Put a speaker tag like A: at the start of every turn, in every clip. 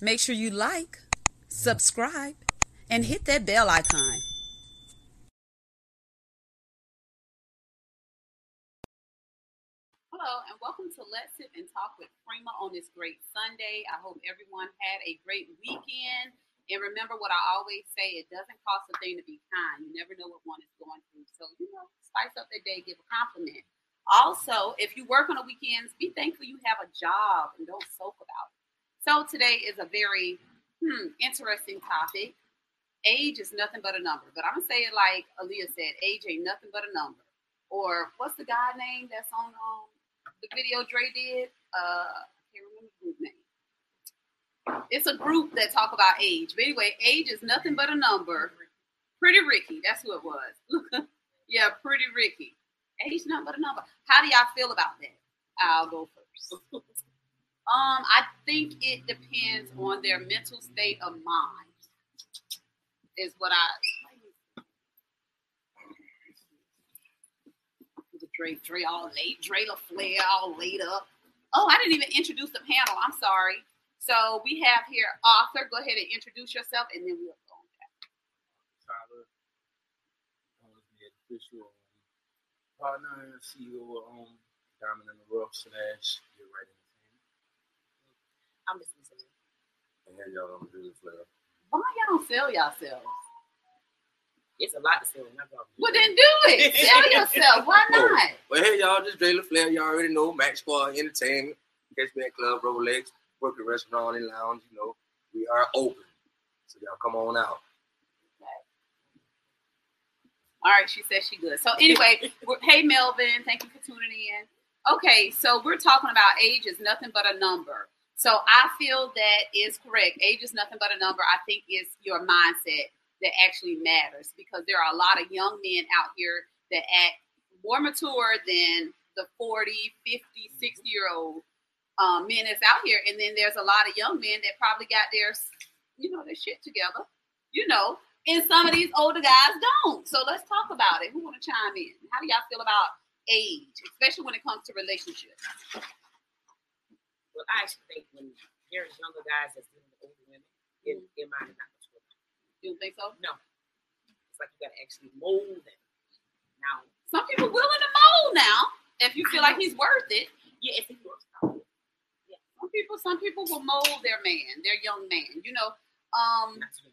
A: Make sure you like, subscribe, and hit that bell icon. Hello, and welcome to Let's Sip and Talk with Prima on this great Sunday. I hope everyone had a great weekend. And remember what I always say it doesn't cost a thing to be kind. You never know what one is going through. So, you know, spice up the day, give a compliment. Also, if you work on the weekends, be thankful you have a job and don't soak about it. So today is a very hmm, interesting topic. Age is nothing but a number, but I'm gonna say it like Aaliyah said: age ain't nothing but a number. Or what's the guy name that's on um, the video Dre did? Uh, I can't remember the group name. It's a group that talk about age, but anyway, age is nothing but a number. Pretty Ricky, that's who it was. yeah, Pretty Ricky. Age nothing but a number. How do y'all feel about that? I'll go first. Um, I think it depends on their mental state of mind. Is what I. Dre, Dre all late, Dre LaFleur all laid up. Oh, I didn't even introduce the panel. I'm sorry. So we have here author. Go ahead and introduce yourself, and then we'll go.
B: Tyler, um, the official um, partner and CEO of um, Diamond in the Rough slash Get Right Entertainment.
C: I'm just listening.
B: And here y'all on the Flair.
A: Why y'all don't sell yourselves?
C: It's a lot to say. when I go.
A: Well, then do it. Sell yourself. Why not?
B: Well, hey y'all, this Dre LaFleur. Y'all already know Max Squad Entertainment, Catch Me at Club, Rolex, Working Restaurant and Lounge. You know, we are open. So y'all come on out.
A: All right, she says she good. So anyway, we're, hey Melvin, thank you for tuning in. Okay, so we're talking about age is nothing but a number. So I feel that is correct. Age is nothing but a number. I think it's your mindset that actually matters because there are a lot of young men out here that act more mature than the 40, 50, 60 year old um, men that's out here. And then there's a lot of young men that probably got their, you know, their shit together, you know, and some of these older guys don't. So let's talk about it. Who want to chime in? How do y'all feel about age, especially when it comes to relationships?
C: Well, I actually think when there's younger guys that's dealing with older women, their,
A: Mm-hmm.
C: their mind is not mature.
A: You don't think so?
C: No. It's like you got to actually mold them. Now,
A: Some people willing to mold now if you feel like he's worth it.
C: yeah, if he works out,
A: Some people, some people will mold their man, their young man. You know, um,
C: not to me.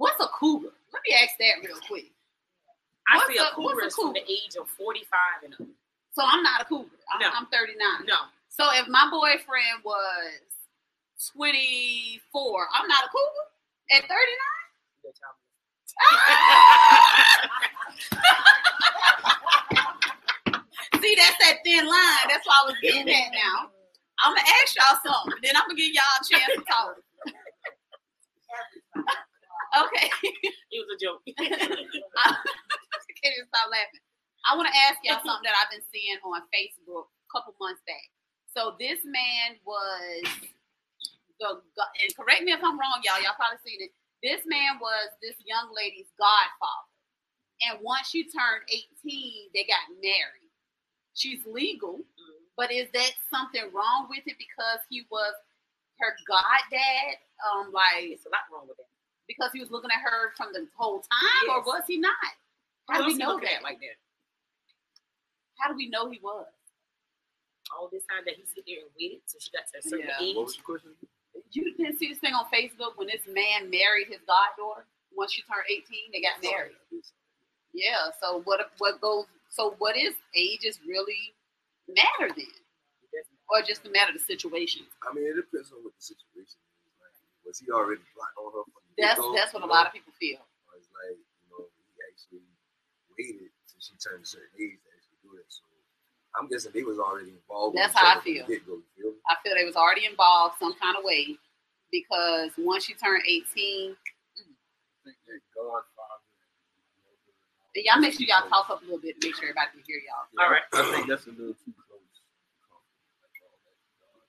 A: what's a cougar? Let me ask that real quick.
C: I
A: What's
C: feel
A: a- what's a
C: cougars from the age of 45 and up.
A: So I'm not a cougar. I'm,
C: No.
A: I'm 39.
C: No.
A: So if my boyfriend was 24, I'm not a cougar at 39.
C: you're a child.
A: See, that's that thin line. That's why I was getting at now. I'm gonna ask y'all something, then I'm gonna give y'all a chance to talk. Okay,
C: It was a joke. Mm-hmm.
A: I can't even stop laughing. I want to ask y'all something that I've been seeing on Facebook a couple months back. So this man was the go- and correct me if I'm wrong, y'all. Y'all probably seen it. This man was this young lady's godfather, and once she turned 18, they got married. She's legal,
C: Mhm.
A: but is that something wrong with it because he was her goddad, um, like
C: It's a lot wrong with that.
A: because he was looking at her from the whole time, or
C: Yes.
A: was he not? How do we
C: else you
A: know
C: looking at
A: that?
C: like that?
A: How do we know he was?
C: All this time that he sit there and waited till she got to a certain
A: Yeah.
C: age.
B: What was your question?
A: You didn't see this thing on Facebook when this man married his goddaughter. Once she turned eighteen, they got married. Yeah. So what? What goes? So what is ages really matter then, or just the matter of the situation?
D: I mean, it depends on what the situation is. Like, was he already blocked on her? From the
A: That's
D: get-go,
A: that's what a
D: you
A: lot
D: know?
A: of people feel.
D: Or it's like, you know, he actually waited till she turned a certain age to actually do that. So I'm guessing they was already involved. with
A: That's
D: each
A: how I
D: other from the
A: feel.
D: get-go, you feel me?
A: I feel they was already involved some kind of way because once she turned eighteen,
B: I think that Godfather.
A: and y'all make sure y'all talk up a little bit, to make sure everybody can hear y'all.
B: Yeah,
C: All right.
B: I think that's a little too close.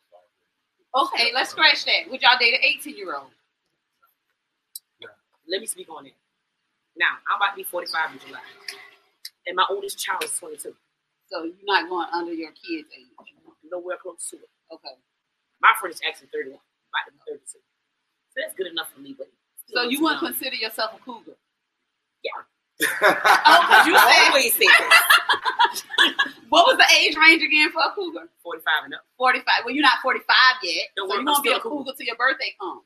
A: Okay, let's scratch that. Would y'all date an eighteen year old?
C: Let me speak on it. Now, I'm about to be 45 in July. And my oldest child is 22.
A: So you're not going under your kid's age.
C: Nowhere close to it.
A: Okay.
C: My friend is actually 31. About to be 32. So that's good enough for me, but
A: So you
C: want
A: wouldn't consider yourself a cougar.
D: Godfather.
A: Oh, 'cause you
C: I
A: said
C: always say this.
A: what was the age range again for a cougar?
C: 45 and up.
A: Forty five. Well, you're not forty five yet,
C: No,
A: so
C: I'm
A: you won't be
C: still
A: a
C: a cougar.
A: cougar till your birthday comes.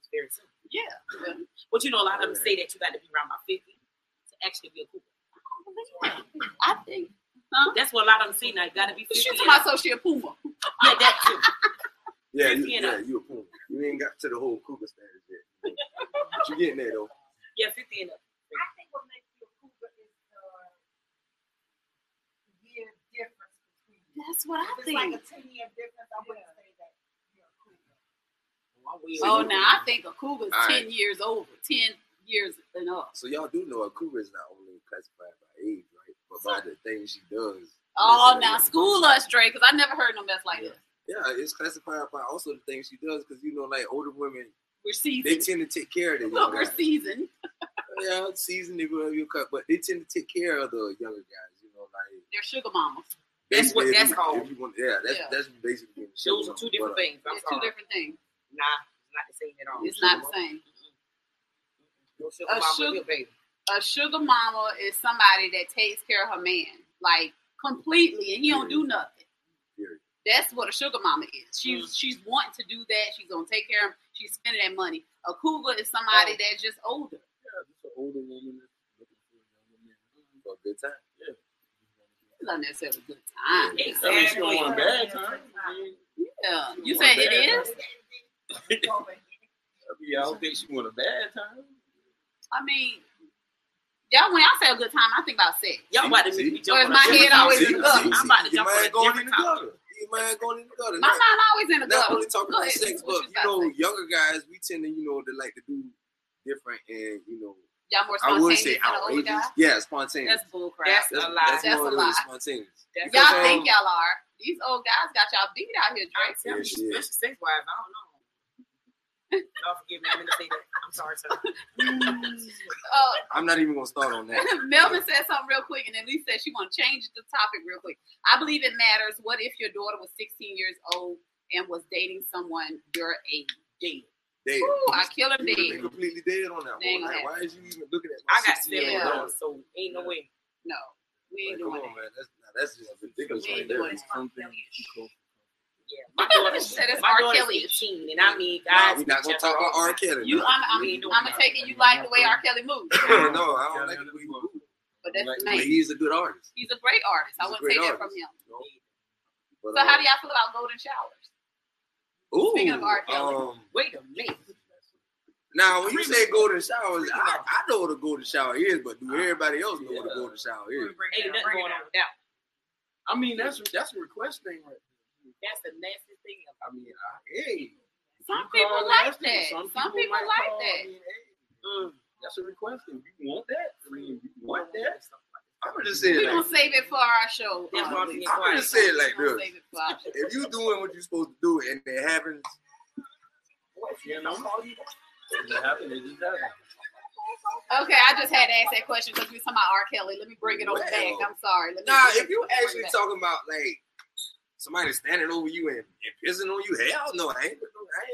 C: It's very soon.
A: Yeah. yeah.
C: But you know, a lot of them say that you got to be around my 50 to actually be a cougar.
A: I think.
C: That's what a lot of them say now. You got to be 50.
A: She's
C: and
A: my
C: up.
A: social puma.
C: Yeah, that too.
D: yeah, you,
C: You
D: yeah,
C: know.
D: you a cool. You ain't got to the whole cougar status yet. But you getting there though.
C: Yeah, 50 and up.
E: I think what makes you a cougar is the year difference between you.
A: That's what I
E: If it's like a
A: think.
E: 10 year difference, I wouldn't say that you're a cougar.
A: Oh, now I think a cougar's
D: All
A: ten
D: right.
A: years over, ten years and up.
D: So y'all do know a cougar is not only classified by age, right? But by the things she does.
A: Oh, now
D: That's what it is.
A: school us, Dre, because I never heard no mess like
D: Yeah.
A: this.
D: Yeah, it's classified by also the things she does because you know, like older women,
A: We're
D: they
A: seasoned.
D: tend to take care of their young
A: Look, we're
D: guys.
A: seasoned.
D: Yeah, seasoned if you cut, but they tend to take care of the younger guys. You know, like
A: They're sugar mamas.
C: That's
D: basically,
C: what
D: if
C: that's
D: you-
C: called.
D: If you want, yeah, that's
A: Yeah.
D: that's basically. being
C: Those
D: sugar
C: are two
D: mama, but,
C: different
D: uh,
C: things. I'm
A: It's two
C: sorry.
A: different things.
C: Nah, it's not the same at all.
A: It's not the same.
C: No sugar
A: A
C: mama,
A: sugar-
C: real baby.
A: A sugar mama is somebody that takes care of her man, like completely, and he don't do nothing.
D: Period. Mm.
A: That's what a sugar mama is. She's she's wanting to do that. She's gonna take care of him. She's spending that money. A cougar is somebody
C: Oh.
A: that's just older.
B: Yeah, just an older woman that's looking for a younger man.
D: for a good time.
A: It's not necessarily a good time.
B: I mean, she don't
C: Exactly.
B: want a bad time.
A: Yeah,
B: You
A: you
B: want
A: saying
B: bad
A: it is?
B: times? I mean, I don't think she want a bad time.
A: I mean, y'all when I say a good time, I think about sex.
C: Y'all about to make me jump
A: Or is
C: on a
A: my
C: different
A: head always
C: topic.
A: in the gutter?
C: I'm about to
D: Your
C: jump on a
D: mind going in
C: different
D: the
C: topic.
D: gutter. Your mind going in the gutter.
A: My
D: Not-
A: mind always in the
D: not
A: gutter.
D: only talking
A: Go
D: about
A: ahead.
D: sex,
A: What you
D: but you
A: about
D: know,
A: to say?
D: younger guys, we tend to, you know, they like to do different and you know,
A: y'all more
D: I would
A: spontaneous than
D: say
A: the older
D: outrageous.
A: guy.
D: Yeah, spontaneous.
A: That's bull crap.
C: That's- a lie.
D: That's,
A: That's
D: more
A: a
D: than
A: lie.
D: spontaneous.
C: That's
D: Because,
A: y'all think
D: um,
A: y'all are. These old guys got y'all beat out here,
C: I'm
A: Drake.
D: Yeah,
C: telling you,
D: shit.
C: especially sex wise, I don't know. Y'all forgive me. I'm gonna say that. I'm sorry, sir.
A: Uh,
D: I'm not even gonna start on that.
A: Melvin said something real quick, and then Lisa said she want to change the topic real quick. I believe it matters. What if your daughter was 16 years old and was dating someone your age? Dead.
D: Dead.
A: Ooh, I kill him
D: You been
A: dead.
D: completely dead on that
A: They ain't
D: one. Like,
A: gonna
D: why is you even looking at my
C: I got
D: 16
C: seven
D: year
A: Yeah.
D: old?
C: dollars, so ain't no way.
A: No, we ain't
D: Like, come
A: doing
D: on, man. That's nah, that's just ridiculous
A: We
D: right
A: ain't
D: there.
A: doing it.
B: Something too close.
C: Yeah, my daughter's
A: That is
C: my
A: R.
C: daughter's
A: Kelly.
C: 18, and I mean,
D: Nah,
C: guys,
D: we not gonna
C: just-
D: talk about R. Kelly.
A: that. You,
D: nah.
A: I'm, I'm,
B: We ain't doing
A: I'm
B: that.
A: taking you like the way R. Kelly moves,
D: no, I don't like the way he moves.
A: but that's
B: Like,
A: the
D: But
A: name.
D: he's a good artist.
A: He's a great artist. I
D: He's a
A: wouldn't
D: great
A: take that from
D: artist.
A: him.
D: But,
A: So, how
D: um,
A: do y'all feel about golden showers?
D: Ooh,
A: Speaking of R. Kelly.
D: Um,
C: Wait a minute.
D: now, when you say golden showers,
C: Freaking
D: I,
C: out.
D: I know what a golden shower is, but
A: Uh-huh.
D: do everybody else know what
B: Yeah.
D: a golden shower is?
C: Ain't nothing going on with that. one.
B: I mean, that's that's a request thing, right? there.
C: That's the nastiest thing. ever.
B: I mean, I, hey,
A: Some
B: you call
A: people
B: it
A: like
B: nasty, but
A: that. Some people
B: might
A: like
B: call,
A: that.
B: I mean, hey, uh, that's a request thing. You want that? I mean, you want that?
D: I'm gonna just say
A: We're
D: it
A: gonna
D: like
A: save it for our show.
C: That's what I'm
A: Lisa.
C: saying.
D: I'm gonna say it like
A: We're gonna
D: this.
A: save it for our show.
D: If you doing what you're supposed to do and it happens,
B: You know, it happened. It just happened.
A: Okay, I just had to ask that question because we were talking about R. Kelly. Let me bring it on
D: Well.
A: back. I'm sorry. Let me
D: nah,
A: bring
D: if you
A: it back.
D: actually talking about like somebody standing over you and, and pissing on you, hell no, I ain't. I I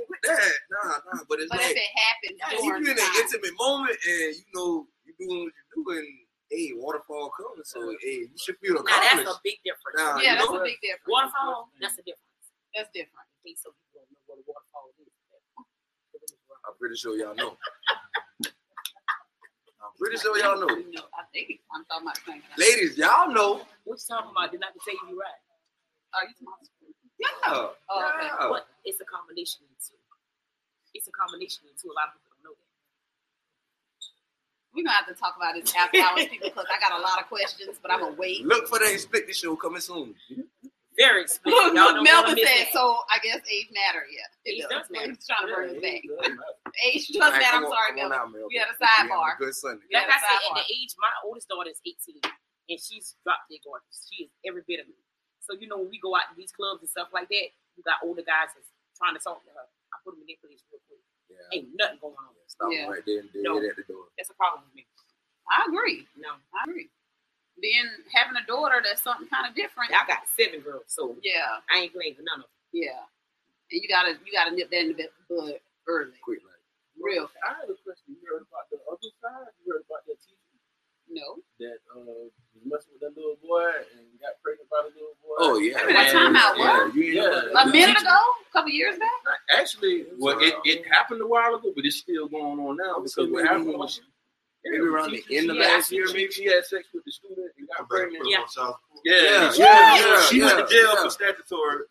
D: ain't with that. Nah, nah. But it's
A: But if
D: like
A: it happens
D: yeah, you
A: during
D: be in an
A: time,
D: intimate moment and you know you doing what you do and hey, waterfall coming, so hey, you should feel
C: Now that's
D: accomplished.
C: a big difference.
D: Nah,
A: yeah,
D: you
A: that's
D: know
A: a big difference.
C: Waterfall, that's a difference.
A: That's different.
C: I think some people don't know what a waterfall is.
D: I'm pretty sure y'all know. I'm pretty sure y'all know.
A: You know, I think I'm talking about things.
D: Ladies, y'all know.
C: What you talking about? Did not tell you right.
A: Are Oh, you talking about-
D: Yeah.
A: Oh, okay.
D: yeah.
C: But it's a combination of the two. It's a combination of the two. A lot of people don't know that.
A: We're gonna have to talk about this after hours, people, because I got a lot of questions, but I'm gonna wait.
D: Look for the expected show coming soon.
C: Very expensive.
A: Look,
C: Y'all don't
A: Melvin
C: wanna miss
A: said,
C: that.
A: so I guess age matter, yeah.
C: Age
A: It
C: does
A: does
C: matter.
A: matter. trying to bring us back.
B: That's
A: Age does matter,
D: come
A: I'm
D: on-
A: sorry,
D: come on
A: Melvin.
D: out, Mel.
A: We had a
D: We having
A: sidebar.
D: Good Sunday.
A: Yeah.
C: Like I said, at
A: sidebar.
C: the age, my oldest daughter is 18, and she's dropped dead gorgeous. She is every bit of me. So, you know, when we go out to these clubs and stuff like that, you got older guys that's trying to talk to her. I put them in their place real quick.
D: Yeah.
C: Ain't nothing going on.
D: Stop
A: Yeah.
D: right there and dead
C: No.
D: at the door.
C: That's a problem with me.
A: I agree.
C: No.
A: I agree. Then having a daughter that's something kind of different.
C: I got seven girls, so
A: Yeah,
C: I ain't playing for none of them.
A: yeah. And you gotta you gotta nip that in the bud- bud early.
D: Quick, like,
A: Real fast.
B: I had a question. You heard about the other side? You heard about that teacher
A: No.
B: that uh was messing with that little boy and got pregnant by the little boy?
D: oh yeah.
A: Wait a minute,
D: yeah,
A: time out,
D: Yeah,
A: what?
D: you ain't know
B: Yeah.
D: that.
A: A minute ago, a couple years back?
B: Actually, well, it, it happened a while ago, but it's still going on now because what happened was
D: Maybe around the
B: she-
D: end of
B: she-
D: last
B: she-
D: year,
B: she-
D: maybe?
B: she had sex with the student and got pregnant.
C: Yeah.
B: Yeah,
D: Yeah,
B: she,
D: yeah,
B: she-
D: yeah,
B: she went to
D: yeah,
B: jail
D: yeah.
B: for statutory.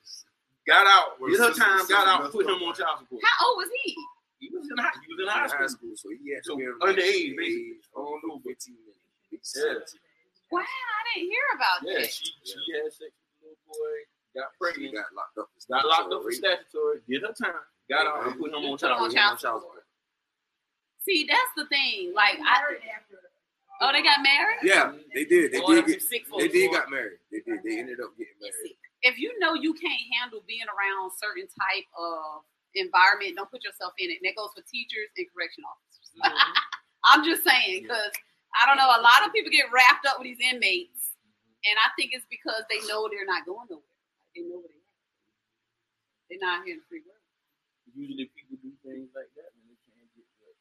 B: Got out,
F: Well,
B: did her
F: since-
B: time,
F: since
B: got out,
F: messed
B: put
F: up,
B: him on
F: right?
B: child support.
A: How old was he?
B: He was in high, he was in
D: in
B: high school.
D: so he had
B: So,
D: to be around
B: underage,
D: the
B: basically.
D: age of 15 minutes.
B: Yeah.
A: Wow, I didn't hear about
B: Yeah,
A: that.
B: she she had sex with the little boy, got
D: He
B: pregnant,
D: got locked up. for
B: got locked up for
D: rape.
B: statutory, did her time, got out, and put him on
A: Put him
B: child
A: on
B: support.
A: child support. See, that's the thing. Like I
E: Married after.
A: oh, they got married?
D: Yeah, they did. They did
C: Going up to
D: get.
C: six
D: They
C: folks.
D: did got married. They did. They ended up getting married.
A: if you know you can't handle being around certain type of environment, don't put yourself in it. And that goes for teachers and correction officers.
B: Mm-hmm.
C: Mhm.
A: I'm just saying because I don't know. A lot of people get wrapped up with these inmates, and I think it's because they know they're not going nowhere. They know where they are. They're not here in the free world.
B: Usually people do things like that when they can't get what.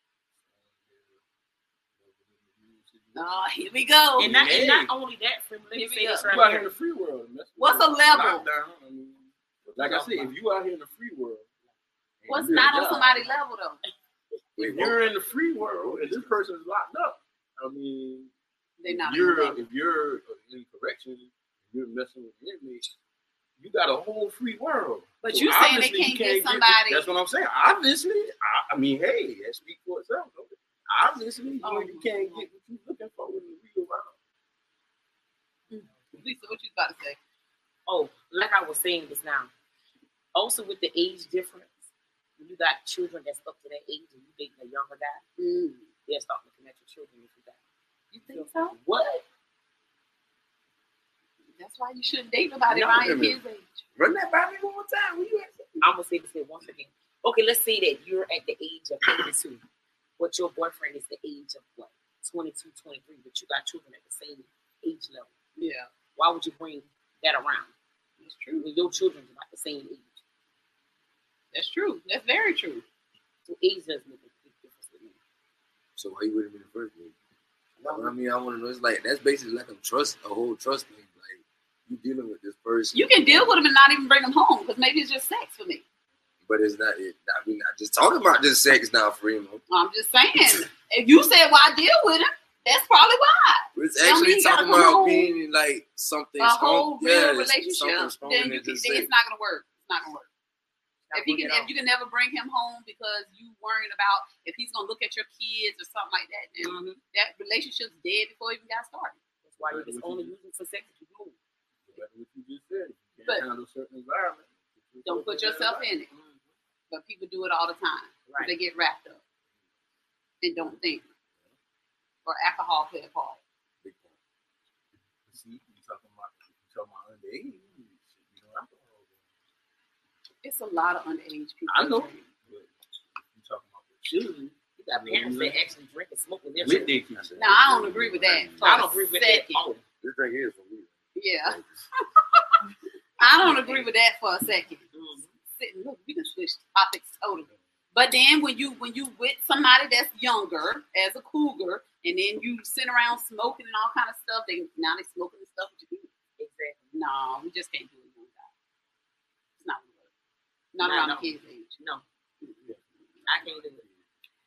A: Oh, here we go.
C: And, not, and not
B: Yeah.
C: only that, Frim, let me
A: Here we
C: say this
A: go.
B: You out
C: right
B: here in the
C: here.
B: free world. and that's
A: What's a level?
B: Lockdown, I mean, like I said, if you out here in the free world, and
A: What's
B: you
A: not
B: get
A: on
B: a job,
A: somebody level though?
D: Wait,
B: If
D: what?
B: you're in the free world and this person's locked up, I mean,
A: They're not.
B: if
A: on
B: you're
A: level.
B: if you're in correction, you're messing with inmates. You got a whole free world.
A: But you saying they
B: obviously you
A: can't get
B: this-
A: somebody-
B: that's what I'm saying. Obviously, I, I mean, hey, that speaks for itself. don't it? Obviously, you-
A: Oh,
B: you can't get what you're looking for when you read around.
A: Lisa, what you about to say?
C: Oh, like I was saying just now. Also, with the age difference, when you got children that's up to that age and you dating a younger guy,
A: Mm.
C: they're starting to connect your children with you guys.
A: You think so?
C: What?
A: That's why you shouldn't date nobody
D: No,
A: around your
D: wait a
A: kids' age.
D: Run that by me one more time. What you asking?
C: I'm gonna say this here once again. Okay, let's say that you're at the age of 32, but your boyfriend is the age of what 22, 23, but you got children at the same age level.
A: Yeah,
C: Why would you bring that around
A: that's true.
C: when your children are about the same age?
A: That's true. That's very true.
C: So age doesn't make a big difference with me.
D: So why you wouldn't be the first one? That's what I mean, I want to know. It's like that's basically like a trust, a whole trust thing. Like you dealing with this person.
A: You can deal with them and not even bring them home because maybe it's just sex for me.
D: but it's not. It, not we not just talking about just sex now, Freeman.
A: I'm just saying. if you said why deal with him, that's probably why.
D: It's
A: Tell me
D: actually
A: you gotta
D: talking
A: come
D: about
A: home.
D: being in like something.
A: A
D: strong-
A: whole
D: yeah,
A: real
D: it's something
A: relationship,
D: stronger
A: then you
D: than
A: can,
D: just
A: then
D: sex.
A: it's not gonna work. It's not gonna work.
C: Gotta
A: If you
C: work
A: can,
C: it out.
A: if you can never bring him home because you worrying about if he's gonna look at your kids or something like that, then
C: Mhm.
A: that relationship's dead before it even got started.
C: That's why you're just only using for sex if you move.
B: Like what you just said. You
A: But-
B: can't handle certain environment.
A: Don't put yourself in it. But people do it all the time.
C: Right.
A: They get wrapped up and don't think. Or alcohol play a part.
B: See, you talking about you talking about underage. You know, alcohol.
A: It's a lot of underage people.
B: I know.
A: that drink.
B: But you talking about the children.
C: You got parents that actually drink and smoke with their
B: With
C: children.
B: their kids.
A: No, I don't agree with that.
C: I don't agree with that. at all.
D: This thing is for me.
A: Yeah, I don't agree with that for a second.
C: Mhm.
A: sitting. Look, we can switch topics totally. But then when you when you with somebody that's younger as a cougar, and then you sit around smoking and all kind of stuff, they now they smoking and stuff. What you do?
C: Exactly.
A: No, we just can't do it, young guy. It's not gonna work. Not
C: No,
A: around
C: no.
A: kids' age.
C: No, I can't do it.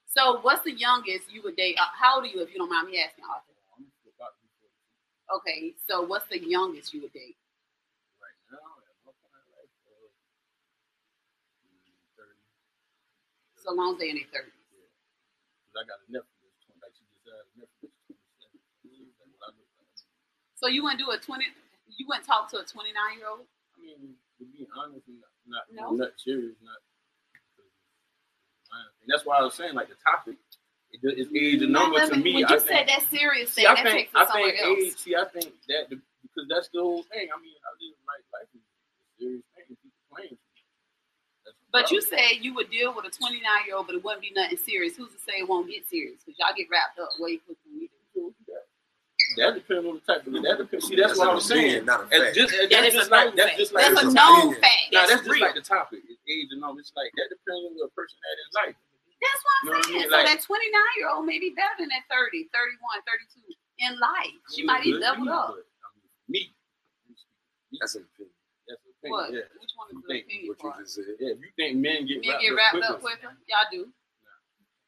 A: So, what's the youngest you would date? Uh, how old are you, if you don't mind me asking, Arthur?
B: I'm about to be 42
A: Okay, so what's the youngest you would date?
B: right now. and I'm kind of like, uh, mm, 30.
A: So long as they in their thirties.
B: Yeah. 'Cause I got a nephew that's 20, like she just had a nephew that's 27. He's like, well, I look like.
A: So you wouldn't do a twenty? You wouldn't talk to a twenty-nine year old?
B: I mean, to be honest, I'm not,
A: No?
B: not, I'm not serious, not. And that's why I was saying, like, the topic, it, it's age a number to me.
A: When you
B: I
A: said
B: think,
A: that serious
B: see,
A: thing,
B: I
A: that
B: think,
A: takes
B: I
A: us somewhere
B: think
A: else.
B: age, see, I think that, the, because that's the whole thing. I mean, I live my life is a serious thing. and People playing. That's the
A: But you
B: problem.
A: said you would deal with a twenty-nine year old, but it wouldn't be nothing serious. Who's to say it won't get serious? Because y'all get wrapped up way quicker than we do.
B: That depends on the type of, that depends, see, that's what I
D: an
B: was
D: opinion,
B: saying.
D: Not a
B: That's
D: fact.
B: just,
C: That
B: that's
C: is
B: just
C: a known
B: like, that's
C: fact.
B: just like.
A: That's a
D: it's
A: known
D: opinion.
A: fact. That's,
B: Nah, that's just
C: real.
B: like the topic. It's age and all. It's like that depends on the person that is like.
A: that's
B: You
A: what I'm
B: know what I
A: saying.
B: mean? Like-
A: so that twenty-nine year old may be better than that 30, 31, 32 in life. She might even
B: Good
A: leveled
B: me,
A: up.
B: but, I mean, me.
D: That's an opinion.
B: That's the thing.
A: What?
B: Yeah.
A: Which one is the
B: Think
A: opinion
D: What you
A: part?
D: just said.
B: yeah. If you think men get
A: Men
B: wrapped,
A: get wrapped
B: up, quicker,
A: up quicker. Y'all do.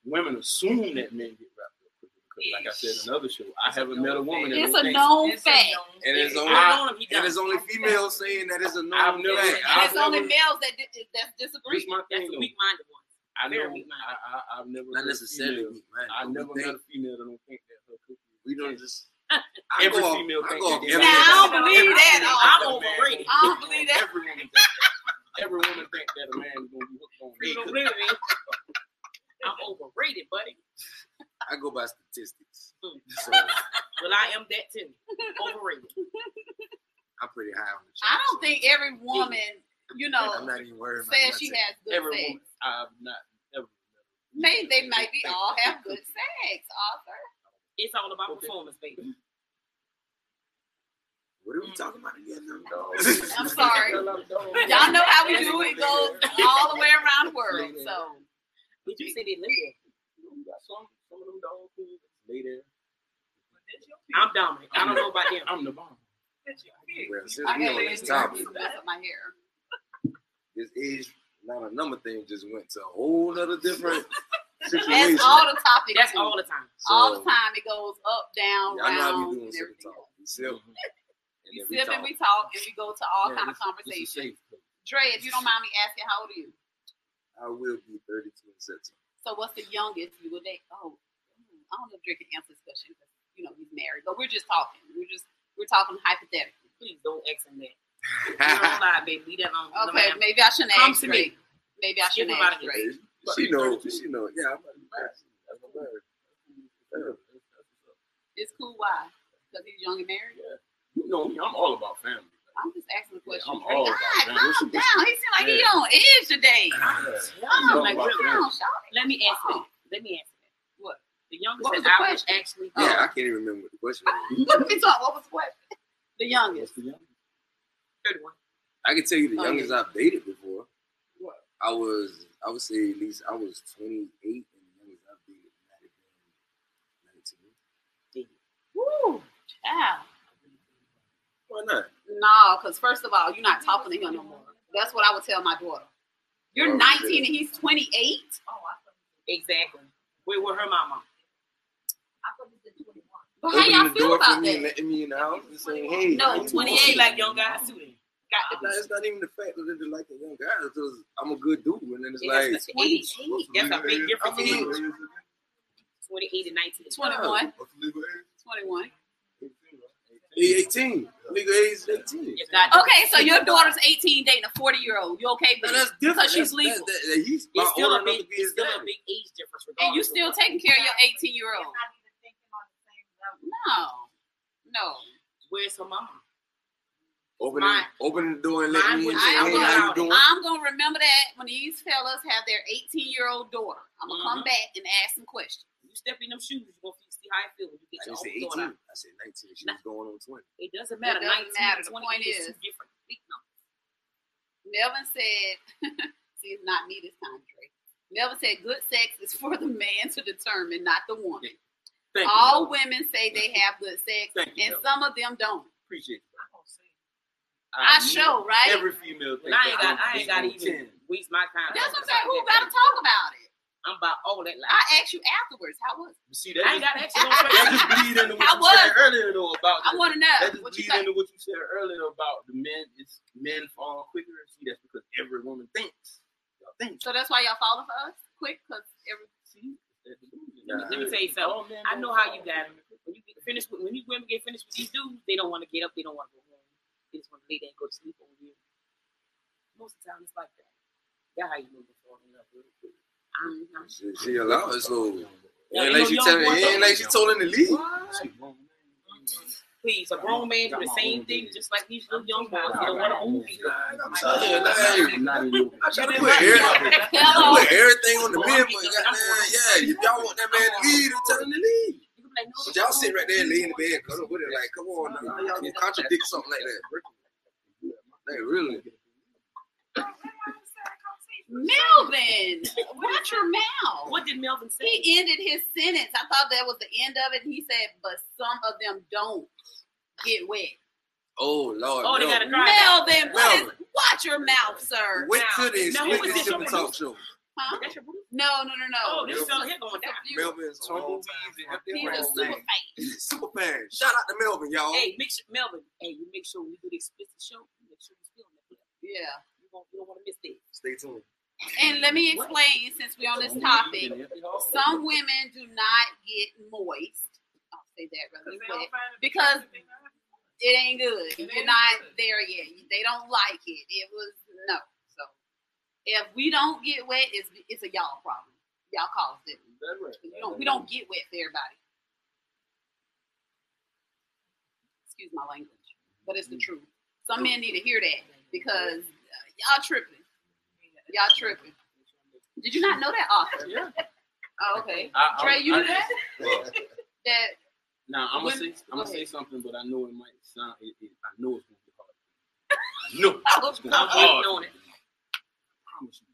B: women assume that men get wrapped up quicker because, like I said in another show, I
C: It's a
B: haven't met a
C: known
B: woman
C: fact.
B: that
A: It's a
B: don't think-
A: known
C: It's a
A: fact.
C: known
D: And it's
C: thing.
D: only-
C: I know him, he
D: And
C: done.
D: it's only females saying that is a normal
B: I've never-
A: And
D: fact.
A: it's
B: I've
A: only
B: never-
A: males that di- that disagree.
B: This my
C: That's
B: thing.
C: a
B: though.
C: weak-minded one.
B: I know.
C: very weak-minded.
B: I, I, I've never.
D: Not
B: met a
D: necessarily.
B: female-
D: me, man.
B: I
D: We
B: never
D: think-
B: met a female that don't think that her cookie.
D: We don't just.
B: Every
D: I go off-
B: female
D: I
B: think
D: go
B: they
D: off
B: get
D: every-
A: Now, I don't believe that.
C: I'm
B: Every man-
C: overrated.
A: I don't believe that.
B: Every woman think that. Every woman think that a man is gonna be hooked on me.
C: You don't agree with me? I'm overrated, buddy.
D: I go by statistics.
C: Mm.
D: So
C: Well, I am that too. Overrated.
D: I'm pretty high on the chart.
A: I don't think every woman, you
D: I'm
A: know,
D: not even worried about
A: says she
D: nothing.
A: has good
B: Every
A: sex.
B: woman I've not ever. met.
A: Maybe they might be
B: Think
A: all
B: that.
A: have good sex, Arthur.
C: It's all about
B: Okay.
C: performance, baby.
D: What are we talking about again?
B: No.
A: I'm sorry. Y'all
C: Y'all
A: know how we do. It goes all the way around the world. So
C: Did you say that later?
B: You got some, some of them dogs who lay there.
C: I'm dominant. I don't know about them.
B: I'm the bomb.
D: Well, since
A: I
D: we
A: got
D: on
A: to
D: this topic,
A: mess up my hair.
D: this age, not a number thing, just went to a whole nother different situation.
A: That's all the topics.
C: That's all the time.
D: So,
A: All the time. It goes up,
D: Y'all
A: down,
D: know how
A: round, and
D: we doing
A: everything.
D: sip and talk. We sip and
B: Mhm.
A: We
D: then we
A: sip and we
D: talk.
A: talk and we go to all
B: Yeah,
A: kind of
B: this- this is
A: conversations.
B: safe.
A: Dre, if you don't mind me asking, how old are you?
D: I will be 32 in September.
A: So what's the youngest you would date? Oh, mm, I don't know if Drake can answer this question because you know he's married. But we're just talking. We're just we're talking hypothetically.
C: Please don't ask him that. You don't lie, baby. um, Leave that alone. No,
A: Okay,
C: ma'am.
A: maybe I shouldn't
C: Come
A: ask
C: to me.
A: Drake. Maybe I
C: Skip
A: shouldn't
C: him out
A: ask
C: of here.
A: Drake.
D: she knows. She knows. Yeah, I'm about to be
B: That's what
D: married.
B: I'm saying.
A: It's cool. Why? Because he's young and married.
B: You know me. I'm all about family.
A: I'm just asking a question.
B: I'm
A: Drake.
B: all about
A: God,
B: that.
A: calm down. He seemed like
B: Yeah.
A: he on edge today.
B: I'm
A: Oh,
B: all
C: like,
B: about
C: really?
B: family.
A: down, shawty.
C: Let me ask him.
A: Oh.
C: Let me ask him.
A: What?
C: The youngest
A: What was
C: that
A: the
C: I was
A: question?
C: actually.
D: Yeah, I
C: Yeah.
D: can't even remember what the question was.
A: What are we talking? What was the question? The
B: That's
A: youngest.
B: the young-
C: 31.
D: I can tell you the
A: Oh,
D: youngest I've dated before.
A: What?
D: I was, I would say at least I was 28, and the youngest I've dated might have been 19.
A: Woo. Child.
D: Why not?
A: No, because first of all, you're not talking to him no more. That's what I would tell my daughter. You're
D: Oh,
A: 19 and
D: shit.
A: he's 28.
C: Exactly. Where were her mama?
A: But how y'all
D: Opening the
A: feel
D: door for
A: about
D: me and
A: that?
D: letting me in the house and saying, hey.
A: No,
D: how you doing?
A: 28.
C: She like young guys too.
D: I
C: then. Got
D: thought
C: the
D: it's not even the fact that they're like a young guy. It's just, I'm a good dude. And then it's
C: Yeah,
D: like,
C: that's the age.
D: what's
C: That's a
D: legal
C: big
D: age?
C: difference
D: I mean,
C: in age. 28 and 19.
A: 21.
D: What's legal age?
A: 21.
D: He 18. Legal age is 18.
C: You got the-
A: Okay, so your daughter's 18 dating a 40 year old. You okay
D: No,
A: with
D: that's
A: it?
D: different.
A: Because she's
D: That's-
A: legal.
D: That, that, that he's my
C: It's still
D: older
C: a
D: enough
C: big,
D: to be
C: it's
D: his
C: still a
D: daughter.
C: big age difference.
A: And you
C: regardless of
A: still
C: what.
A: taking care of your 18 year old. No. No.
C: Where's her mom?
D: Opening,
C: Mine-
D: opening the door and
C: mine
D: letting me in
C: would-
D: and
A: I
D: saying,
A: am
D: hey, how you
A: gonna,
D: doing?
A: I'm gonna remember that when these fellas have their 18 year old daughter. I'm gonna
B: Mm-hmm.
A: come
C: Mhm.
A: back and ask some questions.
C: You step in them shoes, you gonna feel- see how I feel when you
D: I
C: get your
D: didn't say
C: own
D: 18.
C: daughter. out.
D: I said 19. She was going on 20.
C: It doesn't matter.
A: doesn't
C: 19,
A: matter. The
C: 20
A: point
C: is
A: is-
C: two different big numbers.
A: Melvin said, see, it's not me this time, Dre. Melvin said, good sex is for the man to determine, not the woman.
B: Thank
A: All
C: Oh.
B: you. Melvin.
A: women say they have good sex,
B: Thank you,
A: and
B: Melvin.
A: some of them don't.
B: Appreciate you.
C: I'm gonna say.
A: I,
B: knew
A: show, right?
B: Every female
C: And
B: thinks
C: I ain't got,
B: that
C: I
B: I'm
C: ain't got to even
B: big on 10.
C: waste my time.
A: That's what I'm saying. Who got to talk about it?
C: I'm about all that life.
A: I asked you afterwards. How was?
B: But See,
C: I
B: that
C: ain't got to ask
B: just,
C: you no questions.
B: that just bleed
A: I
B: into what you
A: was-
B: said earlier though about
A: I
B: the-
A: want to
B: that
A: know
B: just
A: what you
B: bleed
A: think.
B: into what you said earlier about the men. It's men fall quicker. See, that's because every woman thinks. Y'all think.
A: So that's why y'all falling for us quick, cause every
B: See, that's delusion.
C: Let me- let me tell you something.
B: All men
C: I
B: don't
C: know how you
B: fall
C: got 'em.
B: quicker.
C: when you get finished with when you women get finished with these dudes, they don't want to get up, they don't want to go home, they just want to lay there and go to sleep on you. Most of the time, it's like that. That's how you move forward in love real quick. I'm, I'm
D: She, she allowed it, so
C: Yeah,
D: ain't
C: you know,
D: like she
C: young
D: tell
C: boys
D: ain't
C: don't-
D: like she told him to leave.
B: See,
C: please, a grown man do the same thing, just like these little young boys. They don't want to move. you.
D: I'm telling you, like,
B: Not in your-
D: I try to
C: You've
D: put,
C: been
D: every,
C: running.
D: I try to put everything on the
C: Oh. Well,
D: men,
C: I'm
D: but
C: just-
D: goddamn, yeah, if y'all want that man to leave, then tell him to leave.
C: You can be like, no,
D: But
C: no,
D: y'all
C: no,
D: sit right there and
C: no,
D: lay in the
C: no.
D: bed, cuddle with it, like, come on, now, how y'all gonna contradict something like that? Like, really?
A: Melvin, watch your mouth.
C: What did Melvin say?
A: He ended his sentence. I thought that was the end of it. And he said, but some of them don't get wet.
D: Oh Lord,
C: Oh, they
D: no.
C: gotta cry.
A: Melvin, what is,
D: Melvin.
A: watch your mouth, sir.
D: Wait
C: Now,
D: till they
C: now, who
D: split
C: was
D: this
C: this
D: ship and
C: woman?
D: talk show.
A: Huh?
C: That's your boo.
A: No, no, no,
C: Oh,
A: no.
C: this fella here going down.
D: Melvin's a long
B: Tumbleweeds and
D: time.
B: up there
A: He's
B: right
A: a
B: on
A: super
B: that.
A: fan.
D: He's a super fan. Shout out to Melvin, y'all.
C: Hey, make sure Melvin. Hey, you make sure we do the explicit show. You make sure you still on that.
A: Yeah.
C: You don't, you don't want to miss that.
D: Stay tuned.
A: And let me explain, since we're on this topic, some women do not get moist. I'll say that rather than wet. Because it ain't good. You're not there yet. They don't like it. It was no. So if we don't get wet, it's it's a y'all problem. Y'all caused it. You don't, we don't get wet for everybody. Excuse my language, but it's
B: Mm.
A: the truth. Some men need to hear that because uh, y'all tripping. Y'all tripping. Did you not know that, Arthur?
B: Yeah.
A: Oh, okay.
B: I- I-
A: Dre, you
B: I
A: knew that?
B: just-
D: Well,
A: That
B: Now I'm gonna
A: Women-
B: say I'm
A: go
B: gonna say
A: ahead.
B: something, but I know it might sound. It, it, I know it's gonna be hard. I know
A: Oh,
B: it's gonna be
C: I'm
B: hard.
C: waiting on it.
B: I promise you.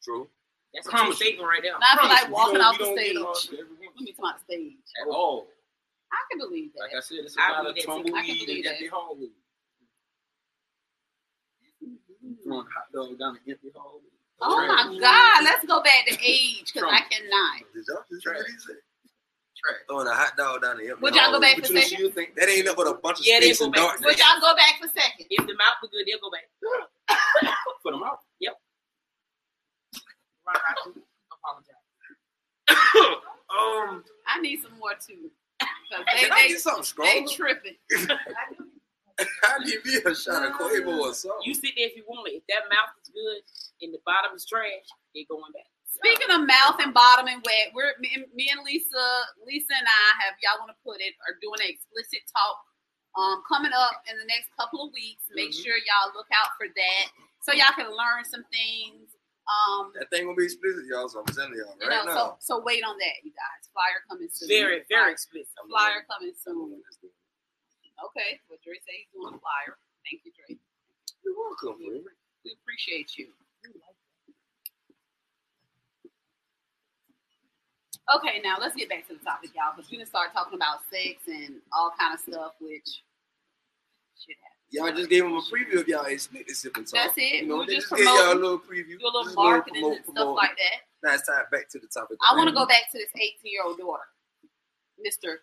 D: true.
C: That's a true statement right there.
A: I feel
B: Promise
A: like
B: you,
A: walking
B: we don't-
A: off
B: we
A: the
B: don't get hard
A: stage.
B: to everyone
A: Let me come out the stage.
B: At all.
A: I can believe that.
B: Like I said, it's a
C: I
B: lot
C: believe
B: of
C: that too. I can
B: tumbleweed
A: believe
B: and
A: that.
B: empty hallways. Throwing hot dog down an empty hallway.
A: Oh
B: Trash.
A: my God, let's go back to age because I cannot.
D: Did y'all just hear
B: Trash.
D: what he said? Throwing a hot dog down the empty
A: Would y'all go
D: hallway.
A: back
B: But
A: for
B: you know,
A: second?
B: she'll think
D: That ain't nothing but a bunch of
C: Yeah, they
D: stinks
C: go
D: and
C: back.
D: darkness.
A: Would y'all go back for second?
C: If the mouth was good, they'll go back.
B: put them out.
C: Right, I do apologize.
D: Um,
A: I need some more too. 'Cause
D: can I
A: They,
D: get something
A: they, they
D: stronger?
A: tripping.
D: I need me a shot of Quavo or something.
C: You sit there if you want it. If that mouth is good and the bottom is trash, they're going back.
A: Speaking of mouth and bottom and wet, we're me, and- me and Lisa, Lisa and I have y'all want to put it are doing an explicit talk um, coming up in the next couple of weeks. Make
B: Mm-hmm.
C: Mhm.
A: sure y'all look out for that so y'all can learn some things. Um,
D: That thing gonna be explicit, y'all. So I'm telling y'all
A: you know,
D: right
A: so
D: now.
A: so wait on that, you guys. Flyer coming soon.
C: Very, very explicit.
A: Flyer- flyer coming soon. Okay, well, Dre said he's doing a flyer. Thank you, Dre.
D: You're welcome, man.
A: We appreciate you. Okay, now let's get back to the topic, y'all, because we can start talking about sex and all kind of stuff, which shit happens.
D: Y'all just gave him a preview of y'all split this sip and talk.
A: That's it.
D: You know,
A: We're
D: they
A: just
D: just gave y'all a
A: promoting.
D: little preview.
A: Do a little
D: Just
A: marketing and stuff
D: promote.
A: like that.
D: Now it's time back to the topic.
A: I want to go back to this 18 year old daughter, Mister.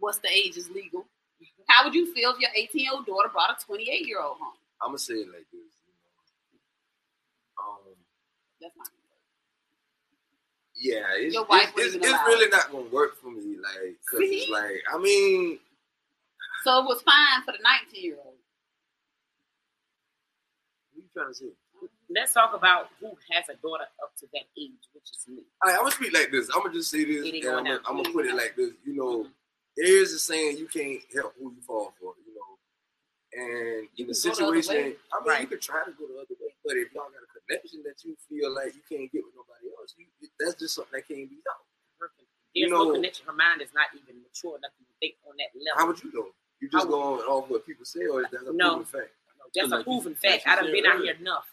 A: What's the age is legal? How would you feel if your 18 year old daughter brought a 28 year old home?
D: I'm gonna say it like this. You know. Um,
A: That's not.
D: yeah, it's,
A: Your
D: it's-
A: wife
D: it's,
A: wasn't
D: it's
A: allowed.
D: really not gonna work for me. Like, cause it's
A: See?
D: like, I mean,
A: So it was fine for the 19 year old.
D: what you trying to say?
C: Let's talk about who has a daughter up to that age, which is me.
D: I, I'm gonna speak like this. I'm gonna just say this,
C: It
D: and
C: ain't
D: I'm
C: going
D: gonna,
C: down.
D: I'm gonna put it like this. You know,
A: Mm-hmm.
D: there is a saying you can't help who you fall for. You know, and
A: You
D: in the
A: can go the other
D: situation, I mean,
A: way.
D: you
C: Right.
D: can try to go the other way, but if y'all got a connection that you feel like you can't get with nobody else, you, that's just something that can't be done.
C: Perfect.
D: You
C: There's
D: know-
C: no connection. Her mind is not even mature enough to think on that level.
D: How would you know? You just
C: I
D: going off what people say, or is that a
C: No.
D: proven fact?
C: That's
B: Like
C: a
B: you-
C: proven
B: like
C: fact.
B: you
C: I done
B: said
C: been out
B: earlier.
C: here enough.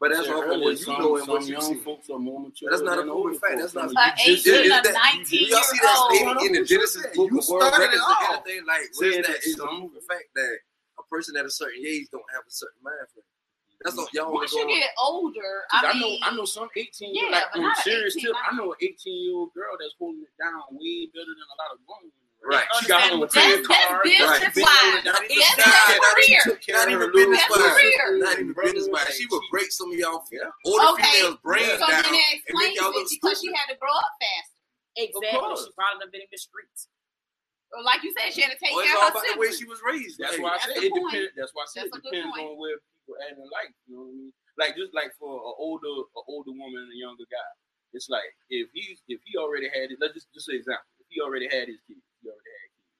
D: But that's
B: Like said
D: all from
B: earlier,
D: what you
B: some-
D: know and what
B: some
D: you
B: young
D: see.
B: folks are more mature.
D: That's not a
B: than older
D: proven fact.
B: folks.
D: That's
B: Some
D: not-
B: of
A: A
B: you just-
A: 18
D: is
A: or
D: that-
A: 19
D: Y'all
A: year
D: see that
A: old.
D: statement in the Genesis book
B: You
D: of world
B: started
D: records and
B: it off.
D: everything? Like,
B: Said
D: where's that?
B: that
D: It's a
B: some-
D: proven fact that a person at a certain age don't have a certain mind frame. That's all y'all want
A: Once
D: to go
A: you
D: on.
A: get older,
B: 'Cause
A: I
B: I know
A: mean,
B: I know some eighteen year
A: Yeah,
B: like
A: but
B: on
A: not an
B: serious
A: 18,
B: tip. I
A: I-
B: know an eighteen year old girl that's holding it down way better than a lot of grown women.
D: Right.
B: She got on a
C: That's-
B: credit
A: that's
B: card.
A: business
B: right. She been
A: wise.
B: holding it down.
A: That's
B: She got-
A: her career.
D: Not
B: Carrying
D: even
B: her little
D: business
A: That's
D: wise.
A: career.
D: Not even
B: Brother,
D: business wise.
B: like,
D: She would
B: she-
D: break some of y'all older
A: okay.
D: females' brains
A: so then
D: down.
A: that
D: and make
A: explains
D: y'all look
A: it because she
D: stupid.
A: had to grow up faster.
C: Exactly.
B: course.
C: She probably done been in the streets.
A: Or like you said, she had to
B: Oh,
A: take
D: Or
A: care
D: it's all
A: of
D: about
A: her
D: the way
A: siblings.
D: she was raised.
B: That's
D: Like,
B: why I
A: That's
B: said
A: the
B: it
A: point.
B: depends. That's why I said
A: That's a
B: it
A: good
B: depends
A: point.
B: on where people at in life. You know what I mean? Like just like for an older, an older woman and a younger guy, it's like if he if he already had it. Let's just just an example. If he already had his kids, he already had kids,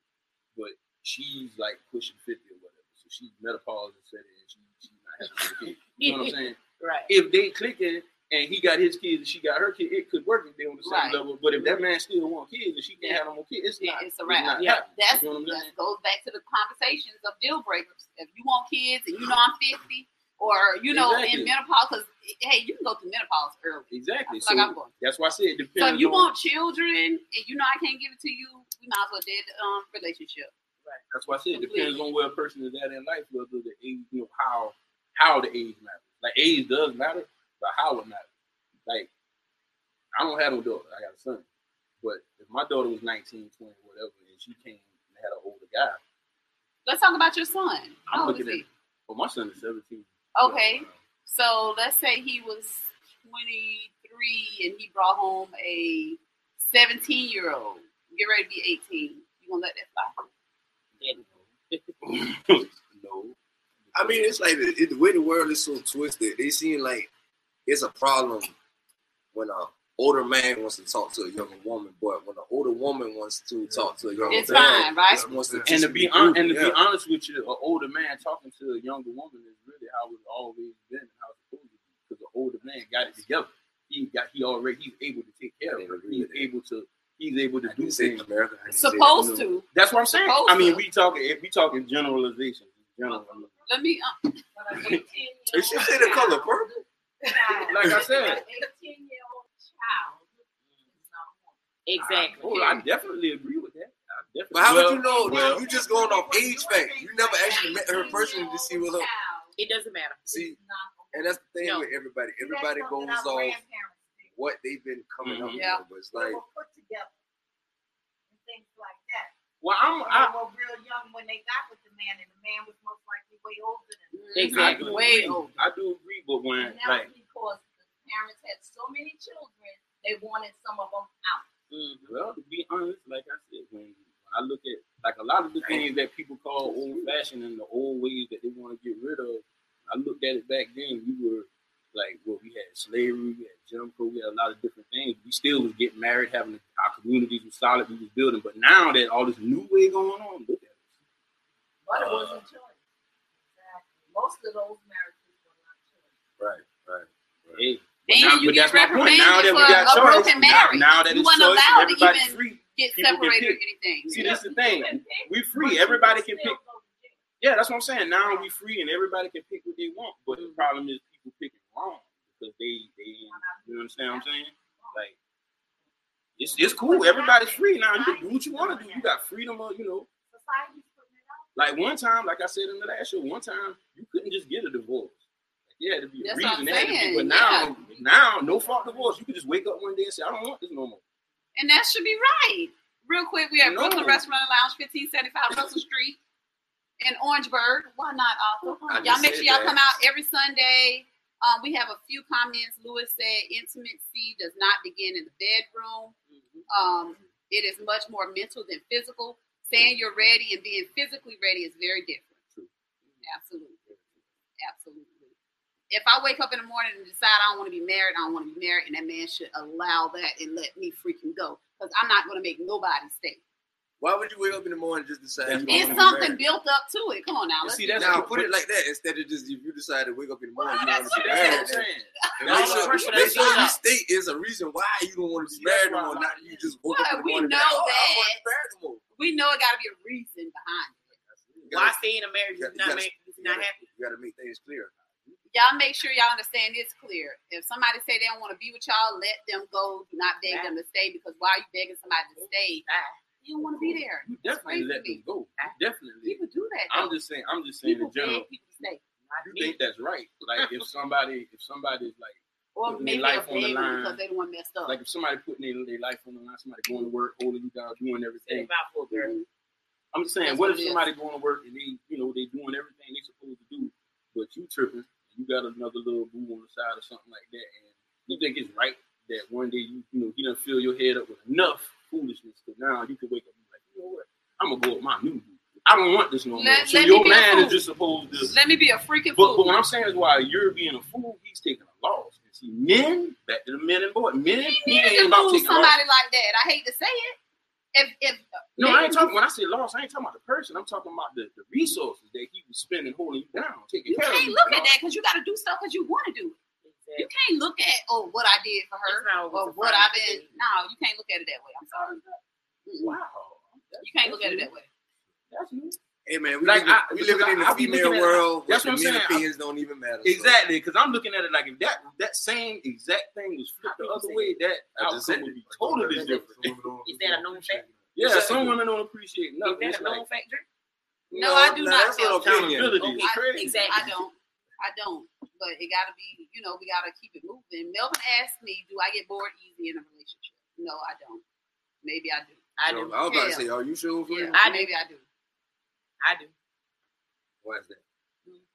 B: but she's like pushing fifty or whatever, so she's menopause and said and she she's not having a kid. You know what I'm saying?
C: Right.
B: If they clicking and he got his kids and she got her kid, it could work if they on the
A: Right.
B: same level. But if that man still want kids and she can't have no more kids, it's
A: Yeah,
B: not.
A: it's a wrap.
B: not
C: Yeah.
B: happening.
A: That's
B: You know what I'm
A: that
B: saying?
A: goes back to the conversations of deal breakers. If you want kids and you know I'm 50, or you know
B: Exactly.
A: in menopause, because hey, you can go through menopause early. I
B: Exactly.
A: feel
B: So
A: like I'm going.
B: that's why I said it depends.
A: So if you
B: on-
A: want children and you know I can't give it to you, we might as well dead the um, relationship.
B: That's why I said it depends on where a person is at in life, whether the age, you know, how how the age matters. Like age does matter, but how it matters. Like I don't have no daughter, I got a son. But if my daughter was 19, 20, whatever, and she came and had an older guy,
A: Let's talk about your son.
B: I'm
A: How old is
B: looking
A: he?
B: at well, my son is 17.
A: Okay, so let's say he was 23 and he brought home a 17 year old. Get ready to be 18. You gonna let that fly?
B: no.
D: I mean, it's like the, it, the way the world is so twisted. It seems like it's a problem when a older man wants to talk to a younger woman, but when an older woman wants to talk to a younger
A: It's fine,
D: man,
A: right?
D: just wants to
B: and
D: just
B: to be
D: cool.
B: on, and to
D: Yeah.
B: be honest with you, an older man talking to a younger woman is really how it's always been and how it's supposed to be. Because the older man got it together. He got he already he's able to take care of
D: I
B: it.
D: agree
B: He's
D: with that.
B: able to he's able to
D: I
B: do
D: didn't say
B: things.
D: America. I didn't say
A: Supposed
D: America.
A: to.
B: That's what I'm saying. I
A: Supposed
B: mean,
A: to.
B: we talking if we talking generalization. General,
A: Let me. Uh,
D: If she said the color purple,
B: like I said,
E: eighteen year old child is not a woman.
C: Exactly.
B: oh, I definitely agree with that. I definitely.
D: but how
B: well,
D: would you know?
E: Well-
D: you just going off age fact. You never actually met her personally to see what her.
E: Child
C: It doesn't matter.
D: See,
E: is not a woman.
D: and that's the thing
C: No.
D: with everybody.
E: See, that's
D: Everybody goes
E: something our
D: off
E: grandparents did.
D: what they've been coming up
B: Mhm.
A: Mm-hmm.
D: with,
A: Yeah.
D: but it's
E: They
D: like
E: were put together and things like that.
B: Well, I'm
E: They
B: I,
E: were real young when they got with the man, and the man was most likely way older than them.
B: I
C: Exactly.
B: do
A: Mm-hmm. Way
B: agree.
A: old.
B: I do agree, but when
E: And that
B: like
E: was because the parents had so many children, they wanted some of them out.
B: Well, to be honest, like I said, when I look at like a lot of the things that people call old fashioned and the old ways that they want to get rid of, I looked at it back then. We were like, well, we had slavery, we had Jim Crow, we had a lot of different things. We still was getting married, having our communities were solid, we was building. But now that all this new way going on, look at it.
E: But it
B: Uh.
E: wasn't choice. Exactly. Most of those marriages were not choice.
D: right, right.
B: Hey, but
A: And you get reprimanded for a
B: choice,
A: broken
B: now,
A: marriage.
B: now that
A: You
B: it's
A: wasn't
B: choice,
A: allowed to
B: everybody
A: even-
B: free.
A: Get
B: People get
A: separated or
B: picked.
A: anything.
B: See,
A: Yeah.
B: that's the
E: You
B: thing.
E: can pick,
B: We
E: but
B: free.
E: you
B: Everybody
E: can still
B: can pick.
E: go to jail.
B: Yeah, that's what I'm saying. Now we free and everybody can pick what they want, but
A: Mm-hmm.
B: the problem is people picking wrong because they they you understand what I'm saying? Like it's it's cool. Everybody's free now. You can do what you want to do. You got freedom of you know.
E: Society's putting it out.
B: Like one time, like I said in the last show, one time you couldn't just get a divorce. Like, yeah, to be a
A: That's what
B: reason.
A: I'm
B: there had to be-
A: saying,
B: but now, now no fault divorce. You can just wake up one day and say, I don't want this no more.
A: And that should be right. Real quick, we are at
B: No.
A: Brooklyn Restaurant and Lounge, 1575 Russell Street in Orangeburg. Why not also?
D: I
A: Y'all
D: just
A: make sure
D: said
A: y'all
D: that.
A: come out every Sunday. Um, we have a few comments. Lewis said intimacy does not begin in the bedroom. Um, it is much more mental than physical. Saying you're ready and being physically ready is very different. Absolutely. Absolutely. If I wake up in the morning and decide I don't want to be married, I don't want to be married, and that man should allow that and let me freaking go. Because I'm not going to make nobody stay.
D: Why would you wake up in the morning and just decide? you don't
A: It's
D: wanna be
A: something built
D: married?
A: up to it. Come on now. Let's
B: You see,
A: be-
B: that's
D: Now put it like that instead of just if you decide to wake up in the morning,
A: Well,
D: you don't
A: that's
D: want to be
A: what it
D: married.
A: is.
B: that's what I'm saying.
D: And
B: That's
D: make
B: what
D: sure,
B: I'm saying.
D: make sure you
B: That's
D: state is a reason why you don't want to be
B: That's
D: married no
B: why
D: more.
B: I'm
D: Not
B: like-
D: you just woke
A: Well,
D: up in the
A: we
D: morning. and
A: know
D: like, oh, I don't want to be married no more.
A: we know it got to be a reason behind it.
D: You
C: Why
D: gotta-
C: stay in a marriage
D: you
C: if
D: gotta-
C: you're not married? If
D: You
A: Not
D: gotta,
A: happy.
D: you gotta make things clear.
A: Y'all make sure y'all understand it's clear. If somebody say they don't want to be with y'all, let them go. Do not beg them to stay because why are you begging somebody to stay? You don't want to be there.
B: You definitely
A: crazy
B: let
A: to me.
B: them go. You definitely.
A: People do that.
B: I'm
A: though.
B: just saying. I'm just saying
A: people
B: in general.
A: beg people to stay.
B: You think that's right? Like if somebody, if somebody's like.
A: Or
B: Putting
A: maybe
B: their
A: they're
B: life on the
A: begging
B: line.
A: because they don't want to mess up.
B: Like if somebody putting their, their life on the line, somebody going to work, holding you down, doing everything.
C: for a girl.
B: I'm just saying,
A: That's
B: what
A: what
B: if
A: it is.
B: somebody going to work and they, you know, they doing everything they supposed to do, but you tripping, you got another little boo on the side or something like that, and you think it's right that one day you, you know, you done fill your head up with enough foolishness that now you can wake up and be like, you know what, I'm gonna go with my new. boo. I don't want this no more.
A: Let-
B: so
A: let me
B: your
A: be a
B: man
A: fool.
B: is just supposed to.
A: Let me be a freaking
B: But, but
A: fool.
B: what I'm saying is, while you're being a fool, he's taking a loss. And see, men, back to the men and boy,
A: You
B: men, men
A: need to
B: ain't about
A: fool
B: taking a loss.
A: somebody like that. I hate to say it. If if
B: No, I ain't talking. When I say loss, I ain't talking about the person. I'm talking about the, the resources that he was spending holding you down, taking
A: you
B: care of
A: can't
B: you.
A: look at that because you got to do stuff because you want to do it. You can't look at oh what I did for her or what I've been. No, you can't look at it that way. I'm sorry. Mm-mm.
B: Wow,
A: You can't look at it that way.
B: That's new.
D: Hey man, we
B: Like,
D: living,
B: I-
D: we living in the
B: I- I be
D: female
B: looking at-
D: world.
B: that's
D: where
B: what
D: the
B: I'm
D: men
B: saying.
D: opinions don't even matter. so
B: Exactly, because I'm looking at it like if that that same exact thing was flipped the other way, that
D: I just said
B: outcome would be totally different.
C: Is that a known fact?
B: Yeah,
D: Exactly.
B: some women don't appreciate nothing.
C: Is
B: It's
C: that a known
B: like
C: factor?
A: No, I do
D: nah,
A: not
D: That's
A: feel
D: an opinion.
B: accountability. It's
A: I-
B: crazy.
C: exactly.
A: I don't. I don't. But it gotta be, you know, we gotta keep it moving. Melvin asked me, do I get bored easy in a relationship? No, I don't. Maybe I do.
C: I
D: So,
C: do.
D: I was about to
A: Yeah.
D: say, are you sure?
A: Yeah,
D: Flynn?
C: I do.
A: maybe I do.
C: I do.
D: Why is that?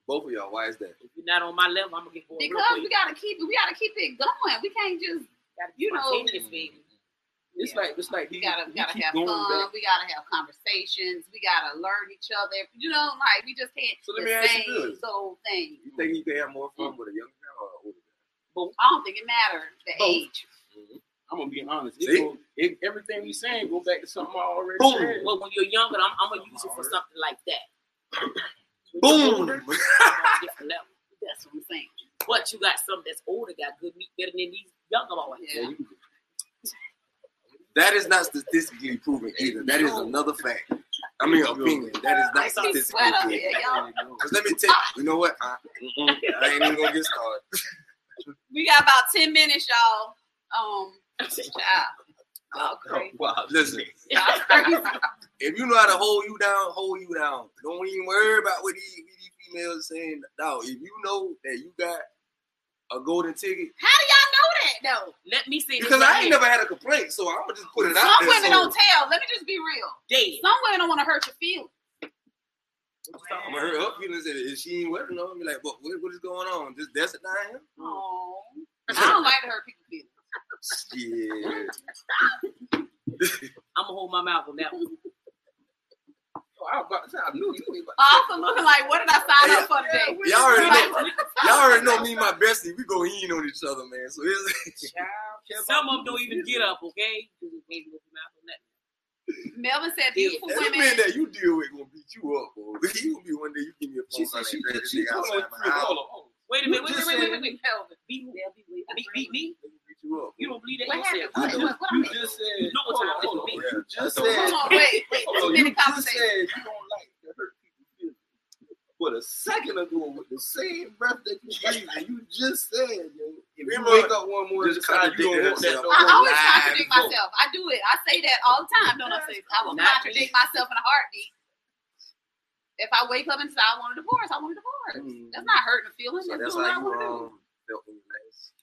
D: Both of y'all, why is that?
C: If you're not on my level, I'm gonna get bored. real
A: Because we
C: quick.
A: gotta keep it, we gotta keep it going. We can't just
C: Gotta be
A: you know-
C: spontaneous, baby.
B: It's
A: Yeah.
B: like it's like
A: we
B: he-
A: gotta we
B: he
A: gotta
B: keep
A: have fun,
B: going back.
A: we gotta have conversations, we gotta learn each other. You know, like we just can't
D: So let me
A: the
D: ask you
A: same
D: this.
A: old thing.
D: You think you can have more fun with a young girl or an older
A: I don't think it matters the
B: Both.
A: age.
B: I'm gonna be honest. It
D: See?
B: go, it, everything we saying go back to something I already said.
C: Well, when you're younger, I'm, I'm gonna use it for something like that. When you're
D: girl?
C: older,
D: Boom!
C: I'm on a different level.
A: That's what I'm saying.
C: But you got some that's older, got good meat better than these younger boys.
A: Yeah.
D: that is not statistically proven either. That is
C: No.
D: another fact. I mean, opinion. That is not
C: I saw
A: Keep
D: statistically
A: sweat up
D: proven.
A: here, y'all.
D: Because let me tell you, you know what? I, mm-mm, I ain't even gonna get started.
A: We got about ten minutes, y'all. Um, child. Y'all crazy.
B: Wow,
D: Listen,
A: Y'all crazy.
D: if you know how to hold you down, hold you down. Don't even worry about what these, what these females saying. No, if you know that you got a golden ticket,
A: How do y'all know that though?
C: Let me say this.
D: because
C: right
D: I ain't
C: here.
D: never had a complaint, so I'm gonna just put it out
A: Some
D: there.
A: women
D: so-
A: don't tell. Let me just be real.
C: Dead.
A: Some women don't want to hurt your feelings.
D: I'm gonna hurry up. You know, say if she ain't working on, be like, what, what, what is going on? Just that's it, him.
A: Oh, I don't like to hurt people's feelings.
D: Yeah.
C: I'm gonna hold my mouth on that one.
B: Oh, I, was about to say, I knew you. ain't about to
A: Also, looking like, what did I sign up for today?
D: Y'all already know.
A: Like,
D: Y'all already know me, and my bestie. We go in on each other, man. So it's
C: Some of them don't even get up, okay? Just made me hold my mouth on that.
A: Melvin said beautiful
D: every
A: women.
D: man that you deal with gonna beat you up, boy. You gonna be one day you give me a
B: She
D: phone call.
B: said she
D: like, "Baby,
B: did. She
D: nigga
B: told
D: outside
B: her
D: my
B: three
D: house,
B: all
C: Wait a minute, wait,
D: just
C: wait,
D: said-
C: wait, wait, wait, wait, Melvin. Beat who? Beat, beat me?
D: they gonna beat you up.
C: You don't believe that
A: What happened?
C: yourself?
A: What, what, what I
B: You
A: mean?
B: just said.
C: You know what
B: hold
C: time
B: on,
C: it
B: hold on.
C: be.
B: You just
D: I don't
A: Hold
B: said.
A: on, wait, wait. This has
B: hold on, Oh, you
A: been a
B: just said
A: conversation.
B: you don't like to hurt people's feelings. But a second ago, with the same breath that you breathe, and you just said, yo, if you
D: Remember,
B: wake up one morning,
D: just
B: decide you don't
D: contradicted herself.
B: want that
A: I
B: no more.
A: always
D: Live
A: contradict
D: vote.
A: myself. I do it. I say that all the time. Don't I say I will
C: Not
A: contradict myself in a heartbeat. If I wake up and say I want a divorce, I want a divorce.
B: Mm.
A: That's not hurting the feelings.
D: So
A: that's
D: that's
A: doing what I
D: how you
A: want to do.
D: um felt in the last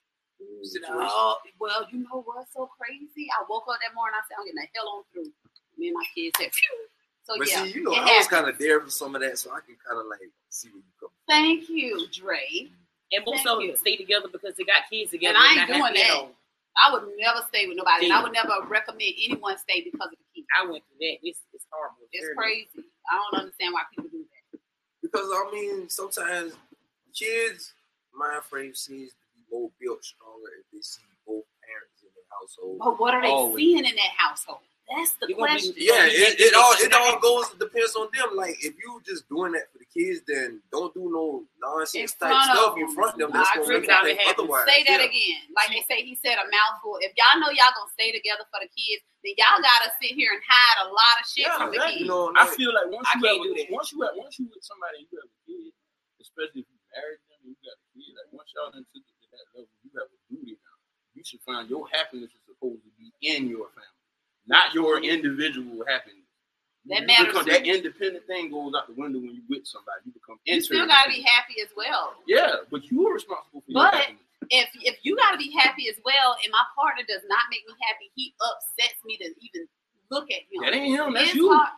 D: situation.
A: Oh, well, you know what's so crazy? I woke up that morning. I said, I'm getting the hell on through. Me and my kids said, phew. So,
D: But
A: yeah.
D: see, you know,
A: it
D: I
A: happened.
D: was kind of there for some of that, so I can kind of like see where you come.
A: Thank you, Dre.
C: And most
A: Thank
C: of
A: you.
C: them stay together because they got kids together.
A: And I
C: not
A: ain't
C: happy
A: doing
C: at
A: that.
C: all.
A: I would never stay with nobody. And I
C: Damn.
A: would never recommend anyone stay because of the kids.
C: I went through that. It's, it's horrible.
A: It's
C: Very
A: crazy. I don't understand why people do that.
D: Because I mean, sometimes kids' mind frame seems to be more built stronger if they see both parents in the household.
A: But what are they
D: Always.
A: seeing in that household? That's the
C: You gonna be-
A: question.
D: Yeah, it, it all it all goes depends on them. Like if you just doing that for the kids, then don't do no
A: In
D: nonsense type
A: front of
D: stuff in
A: them.
D: front of them.
A: I
D: That's
A: agree
D: gonna make
A: with
D: them think
C: y'all.
D: otherwise.
A: Say that
D: Yeah.
A: again. Like they say, he said a mouthful. If y'all know y'all gonna stay together for the kids, then y'all gotta sit here and hide a lot of shit
B: Yeah,
A: from the kids.
D: You
B: exactly.
D: know,
B: I
D: like,
B: feel like once
C: I can't
B: you
C: do
B: have a-
C: that.
B: once you have, once you with somebody you have a kid, especially if you married them and you got a kid. Like once y'all done took it to that level, you have a duty now. You should find your happiness is supposed to be in your family, not your individual happiness.
A: That
B: You
A: matters
B: become-
A: too.
B: that independent thing goes out the window when you with somebody. You become
A: You still gotta be happy as well.
B: Yeah, but you are responsible for your
A: But-
B: happiness.
A: If if you gotta be happy as well, and my partner does not make me happy, he upsets me to even look at him.
B: That ain't him. That's
A: It's
B: you.
A: hard-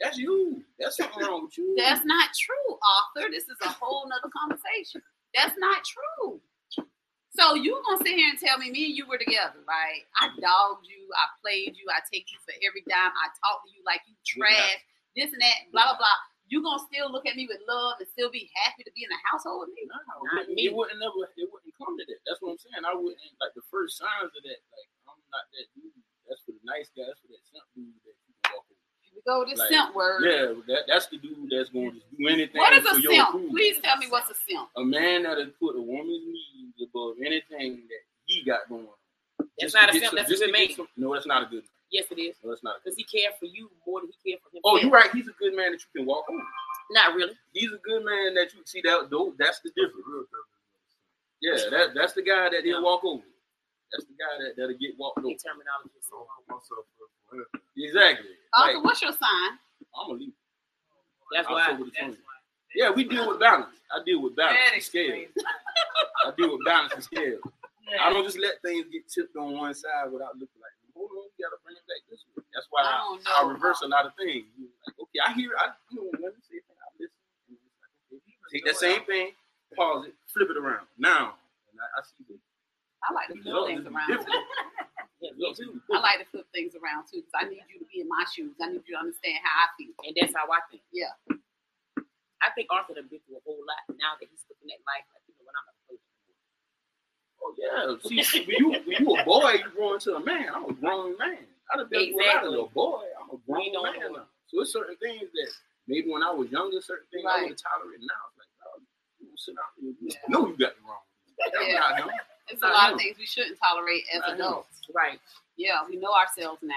B: That's you. That's something wrong with you.
A: That's not true, author. This is a whole nother conversation. That's not true. So you gonna sit here and tell me me and you were together, right? I dogged you, I played you, I take you for every dime, I talk to you like you trash, this and that, blah blah blah. You gonna still look at me with love and still be happy to be in the household with me?
B: No,
C: Not
B: it,
C: me.
B: it wouldn't never. It wouldn't come to that. That's what I'm saying. I wouldn't like the first signs of that. Like I'm not that dude. That's for the nice guy. That's for that simp dude that you can walk over.
A: Here we go with this
B: Like,
A: simp word.
B: Yeah, that, that's the dude that's going to do anything
A: what is a
B: for your
A: simp?
B: approval.
A: Please tell me what's a simp.
B: A man that'll put a woman's needs above anything that he got going. on.
C: That's
B: Just
C: not a
B: to get
C: simp,
B: some-
C: that's a
B: just to
C: good
B: get
C: man.
B: some- no, that's not a good.
C: Yes, it is.
B: No, that's not. A
C: Because
B: good
C: he cared for you more than he cared for himself.
B: oh, you're right. He's a good man that you can walk over.
C: Not really.
B: He's a good man that you see that though. That's the difference. Yeah, that that's the guy that
C: Yeah.
B: didn't walk over. That's the guy that that'll get walked over.
C: The terminology is so wrong.
B: Exactly.
A: Author,
B: Like,
A: what's your sign?
B: I'm a leader.
C: That's
B: I'll
C: why.
B: go with the
C: That's
B: phone.
C: why.
B: Yeah, we deal with balance. I deal with balance
F: That
B: and scale.
F: explains
B: I deal with balance and scale.
F: it.
B: I don't just let things get tipped on one side without looking like, hold on, we gotta bring it back this way. That's why
A: I
B: I,
A: don't
B: I
A: know.
B: reverse a lot of things. You know, Like, okay, I hear, I you know, when you say things, I listen. And it's like, okay, take that same thing, pause it, flip it around. Now, and I, I see the
A: I like to flip
B: results is
A: things around.
B: different.
C: Yeah,
B: The results
A: I
B: is different.
A: like to flip things around too, because I need you to be in my shoes. I need you to understand how I feel.
C: And that's how I think.
A: Yeah.
C: I think Arthur done been through a whole lot now that he's looking at life like, you know, when I'm not playing.
B: Oh yeah, see, see, when you when you a boy, you grow into a man. I'm a grown man. I done been through a lot as a
C: Exactly.
B: little boy. I'm a
C: We
B: grown
C: don't
B: man
C: know.
B: now. So it's certain things that maybe when I was younger, certain things I
A: Right.
B: would have tolerated. Now it's like, oh, you don't sit out here. You know you got it wrong. That's
A: Yeah.
B: not him.
A: It's a
B: I
A: lot
B: know.
A: of things we shouldn't tolerate as
B: I know.
A: adults.
C: Right.
A: Yeah, we know ourselves now.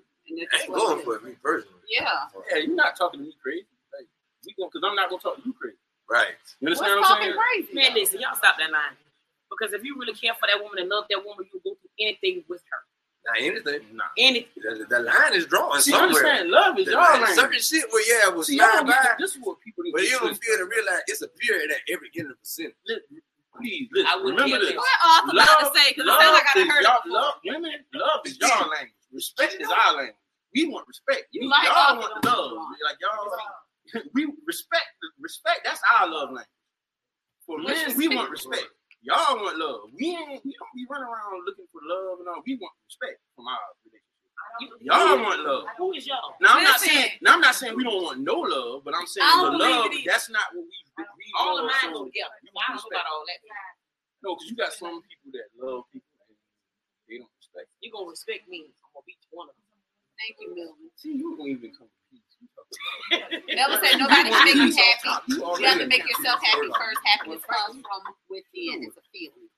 A: And it's
D: I ain't going for it, me personally.
A: Yeah.
B: Yeah, you're not talking to me crazy. Like we going because I'm not gonna talk to you crazy.
D: Right.
B: You
A: What's
B: understand what I'm
A: talking
B: saying?
A: crazy?
C: Man, listen, y'all stop that line. Because if you really care for that woman and love that woman, you'll go through anything with her.
D: Not anything.
B: Nah.
C: Anything.
D: The, the line is drawn
B: See,
D: somewhere.
B: understand love is
D: The
B: y'all
D: line,
B: language.
D: certain shit where yeah, it was
B: See, y'all
D: flying
B: don't get-
D: by,
B: this is what people need
D: but
B: to
D: you don't
B: listen.
D: feel to realize it's a period at every end of the sentence.
B: Please, listen.
C: I would
B: remember
C: give
B: this.
C: it.
A: What Arthur about
B: Love-
A: to say? Because it
B: Love
A: sounds like I
B: is
A: done heard
B: y'all-
A: it before.
B: love, women, love is y'all language. Respect is our language. We want respect.
A: You
B: You
A: like
B: all
A: love,
B: want
A: but
B: the
A: don't
B: love.
A: you want?
B: Like y'all, we respect. Respect. That's our love language. For
A: Which
B: men,
A: is
B: we
A: speak-
B: want respect. Y'all want love. We ain't. We don't be running around looking for love and all. We want respect from our relationship.
C: You-
B: Y'all want love.
C: Who is y'all?
B: Now I'm not
A: Listen.
B: saying. Now I'm not saying we don't want no love, but I'm saying
A: I
B: the
A: don't believe
B: love.
A: it either.
B: That's not what we. we
C: All of
B: want,
C: mine
B: so-
C: go together. I don't know about all that.
B: No, because you got some people that love people and they don't respect.
C: You're going to respect me. I'm going to be one of
A: Thank you, Milton.
B: See, you don't even come to peace. You talk
C: them.
A: Never say nobody can make you happy.
B: about you
A: You have to
B: already.
A: make yourself happy first. Happiness comes from within. It's a feeling.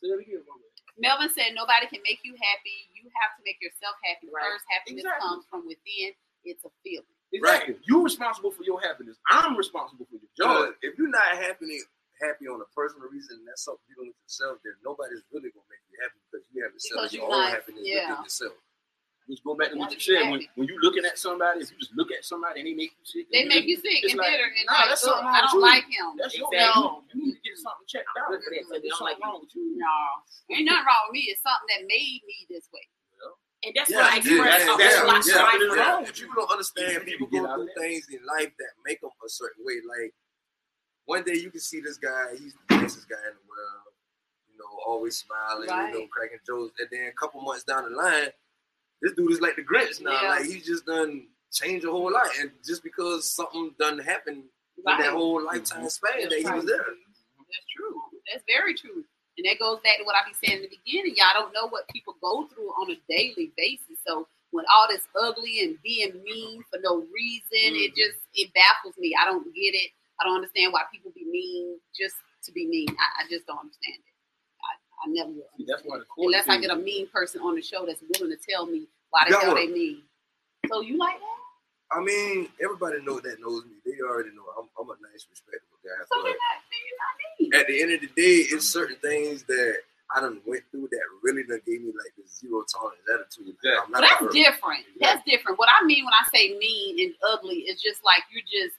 B: Say that again, my man.
A: Melvin said nobody can make you happy. You have to make yourself happy
C: Right.
A: first. Happiness
B: Exactly.
A: comes from within. It's a feeling.
B: Exactly. You're responsible for your happiness. I'm responsible for your joy.
D: Because if you're not happy, happy on a personal reason, and that's something you don't yourself, then nobody's really gonna make you happy because you haven't settled
A: Because
D: your
A: you
D: own
A: not-
D: happiness
A: yeah.
D: within yourself.
B: Which go back to what
A: You
B: you
A: gotta
B: said.
A: be
B: When,
A: happy.
B: when you looking at somebody, if you just look at somebody and they make you sick,
A: They
B: and
A: make you sick
B: it's
A: and
B: like,
A: bitter and
B: nah,
A: like,
B: that's
A: "Ugh,
B: something wrong
A: I don't
B: with you."
A: like him.
B: That's your
C: Exactly.
B: fault. You need to get something checked out.
C: Good for that, so they
B: There's
C: don't like
B: something wrong with you.
A: No, ain't nothing wrong with me. It's something that made me this way.
C: And that's
D: Yeah,
C: what I
D: it is.
C: express.
D: That-
C: a
D: that's-
C: whole lot
D: yeah,
C: right
D: it is.
C: now.
D: Yeah, If people don't understand,
B: If you
D: people
B: get
D: go
B: out
D: through
B: there.
D: things in life that make them a certain way. Like one day you can see this guy, he's the nicest guy in the world, you know, always smiling,
A: Right.
D: you know, cracking jokes, and then a couple months down the line, this dude is like the Grinch now.
A: Yeah.
D: Like he's just done changed a whole lot, and just because something done happened in
A: Right.
D: that whole lifetime span that he was there.
A: That's true. That's very true. And that goes back to what I be saying in the beginning. Y'all don't know what people go through on a daily basis. So when all this ugly and being mean for no reason,
B: Mm-hmm.
A: it just it baffles me. I don't get it. I don't understand why people be mean just to be mean. I, I just don't understand it. I, I never will.
B: See, That's why the court
A: Unless I
B: thing-
A: get a mean person on the show that's willing to tell me why the
D: Got
A: hell
D: one.
A: they mean. So you like that?
D: I mean, everybody know that knows me. They already know I'm, I'm a nice, respectable guy.
A: So
D: but
A: then that, then you not need.
D: at the end of the day, it's certain things that I done went through that really done gave me like this zero tolerance attitude. Like,
A: Well,
D: I'm not a
A: that's
D: hurt.
A: different. That's different. What I mean when I say mean and ugly is just like you're just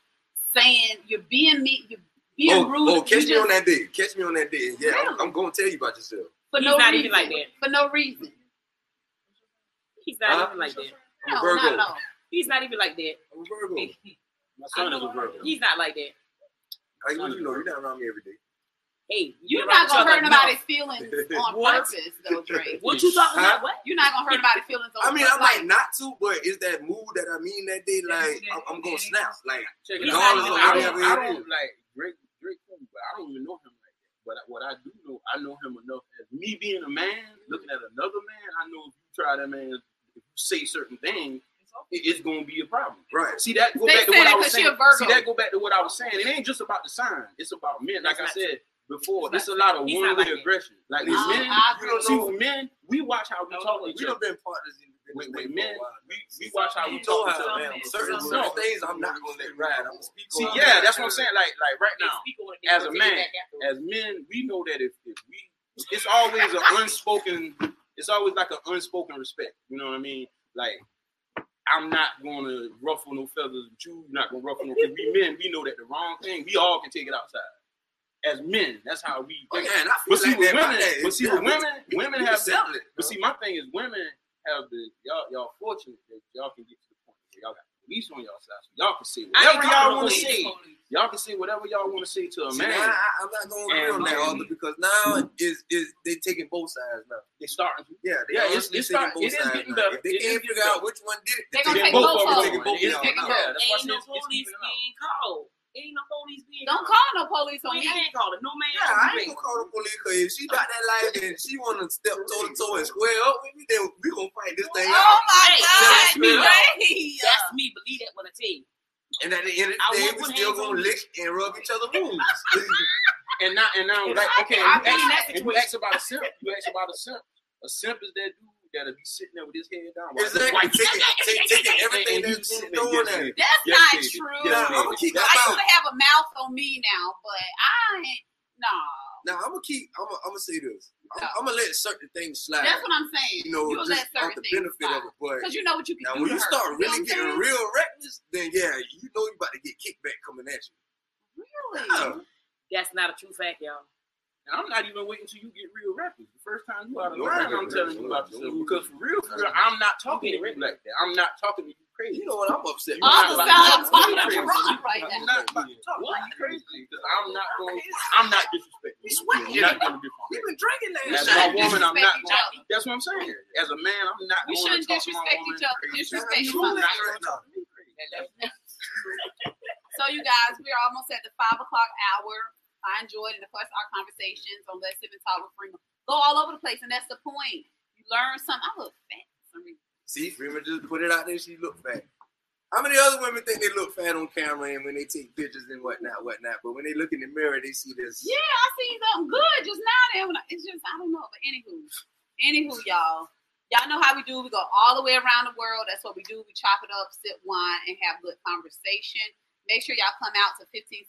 A: saying you're being mean, you're being
D: Oh,
A: rude.
D: oh,
A: you
D: catch me
A: just-
D: on that day. Catch me on that day. Yeah, I'm,
A: Really?
D: I'm gonna tell you about yourself.
A: for
C: He's
A: no
C: not
A: reason.
C: even like that.
A: For no reason.
C: He's not
D: Huh?
C: even like that.
D: I'm
A: No,
D: a
A: not
D: Oh, Virgo.
A: at all.
C: He's not even like that.
D: I'm a Virgo.
B: My son
C: I
B: is
C: know-
B: a Virgo.
C: He's not like that.
D: How you, you know you're not around me every day.
C: Hey,
A: You're
C: around
A: not
C: each
A: gonna
C: other
A: hurt
C: enough.
A: nobody's feelings on
C: What?
A: purpose, though, Drake.
C: What you talking
D: Huh?
C: about? What?
A: You're not gonna hurt nobody's feelings on
D: I mean,
A: purpose.
D: I might not to, but it's that mood that I mean that day. Like I'm, I'm gonna snap. Like
C: Check
D: He's
C: it
D: not
C: out.
D: even
B: I
D: like
B: don't,
D: that.
B: I don't like Drake. Drake cool, but I don't even know him like that. But I- what I do know, I know him enough as me being a man looking at another man. I know if you try that man, if you say certain things, it- it's gonna be a problem.
D: right.
A: Oh,
B: See that go
A: They
B: back to
A: said
B: what
A: it
B: I was
A: 'cause she
B: saying.
A: a Virgo.
B: See that go back to what I was saying. It ain't just about the sign. It's about men. Like
C: That's not
B: I said before,
C: That's
B: it's a lot of
C: He's
B: one
C: not
B: way
C: like that.
B: aggression. Like with
D: Listen,
A: I-
B: men,
A: I
D: you Uh, don't
B: see
D: know.
B: with men, we watch how we talk to
D: We
B: each
D: done
B: other.
D: been partners in
B: With,
D: business
B: with
D: for a
B: men,
D: while.
B: we, we watch how we
D: You
B: talk
D: know
B: to each
D: how,
B: other.
D: man. Certain,
C: Some-
D: certain
B: No.
D: things I'm not gonna let ride. I'm gonna speak
B: See,
D: on.
B: yeah, that's what I'm saying. Like, like right
C: They
B: now,
C: speak on it, they
B: as a
C: take it
B: man,
C: back afterwards.
B: as men, we know that if, if we, it's always an unspoken, it's always like an unspoken respect. You know what I mean? Like, I'm not gonna ruffle no feathers with you. You're not gonna ruffle no. Feathers. We men, we know that the wrong thing. We all can take it outside. As men, that's how we.
D: Oh,
B: Think.
D: man, I feel
B: But see,
D: like
B: with
D: that about
B: women-
D: that.
B: but see,
D: Yeah,
B: with women-
D: you-
B: women
D: you
B: have
D: can settle it,
B: But
D: bro.
B: see, my thing is women have the y'all y'all fortunate that y'all can get to the point where y'all got police on y'all side. So y'all can say whatever y'all want to say. Y'all can say whatever y'all want to say to a
D: See,
B: man.
D: now I, I'm not gonna agree
B: And
D: on that,
B: man.
D: Arthur, because now is is they taking both sides now.
B: They starting. to-
D: Yeah, they
B: Yeah, it's-
D: honestly
B: it's
D: taking
B: start-
D: both
B: it is
D: sides
B: getting
D: now.
B: better.
D: If they
B: It is
D: can't figure
B: getting
D: out which one did it,
A: They gonna
D: then
A: take both of
D: of them.
A: them.
D: Taking both
B: It is
D: of
B: getting
D: y'all
B: better.
D: now.
B: That's
C: Ain't
B: why I said
C: no
B: it's
C: police
B: even out.
C: being called. Ain't no police being
A: Don't
C: called.
A: call no police on
C: Ain't-
A: me.
C: I ain't calling no man.
D: Yeah, I ain't gonna call the police because if she got that life and she wanna step toe to toe and square up with me, then we gonna fight this thing out.
C: Hey, that's me.
A: Drake.
C: That's me. Believe that when I tell you.
D: And at the end of the
C: I
D: day,
C: want
D: we
C: one
D: still
C: hand on
D: gonna
C: me.
D: lick and rub each other wounds.
B: And now, and now, like, okay,
A: I
B: and you,
A: mean,
B: ask,
A: that
B: and you ask about a simp. You ask about a simp. A simp is that dude that'll be sitting there with his head down. while
D: exactly.
B: while-
D: Taking, taking, taking everything
B: and he's
D: that's
B: sitting
D: been doing
B: there, yes,
D: that.
A: That's not
B: baby. Yes, baby.
A: true.
D: Nah,
B: Yes, baby.
D: I'ma keep
B: That's
A: I
D: my
A: used
D: mouth.
A: to have a mouth on me now, but I ain't. Nah.
D: Now I'm gonna keep. I'm gonna, I'm gonna say this. I'm,
A: No.
D: I'm gonna let certain things slide.
A: That's what I'm saying.
D: you know,
A: You'll
D: just
A: let certain
D: out the
A: things
D: benefit of it. But
A: Because you know what you can
D: now,
A: do.
D: when
A: to
D: you
A: her. know
D: start
A: what I'm
D: really getting
A: saying?
D: real reckless, then yeah, you know you about to get kickback coming at you.
A: Really?
D: Yeah.
C: That's not a true fact, y'all.
B: And I'm not even waiting till you get real rappers. The first time you out of
D: No,
B: line,
D: no,
B: I'm
D: no,
B: telling
D: no,
B: you about
D: no.
B: yourself. Because for real, for real, I'm not talking to you like that. I'm not talking to you crazy.
D: You know what? I'm upset.
B: You're not
A: All the
B: about
A: time
B: to talk
A: talking
B: to
A: to
B: me
A: Ron right now.
B: crazy. You're not about to talk to me crazy. Because I'm not going. I'm not
D: You
B: disrespecting. you.
D: sweating.
B: You're not going to
D: We've
B: disrespect.
D: been drinking
B: me.
D: last night.
B: As my
A: shouldn't
B: woman, I'm not.
A: disrespect each
B: Going, that's what I'm saying. As a man, I'm not
A: We
B: going to
A: shouldn't
B: talk to my
A: disrespect
B: woman
A: each other.
B: crazy.
A: Disrespect each
B: I'm
A: other.
B: not going to talk to me crazy.
A: So, you guys, we are almost at the five o'clock hour. I enjoyed, and of course, our conversations on Let's Sip and Talk with Freeman go all over the place, and that's the point. You learn something. I look fat. for some reason.
D: See, Freeman just put it out there. She look fat. How many other women think they look fat on camera and when they take pictures and whatnot, whatnot? But when they look in the mirror, they see this.
A: Yeah, I seen something good just now. There, when I, it's just I don't know, but anywho, anywho, y'all, y'all know how we do. We go all the way around the world. That's what we do. We chop it up, sip wine, and have good conversation. Make sure y'all come out to 1575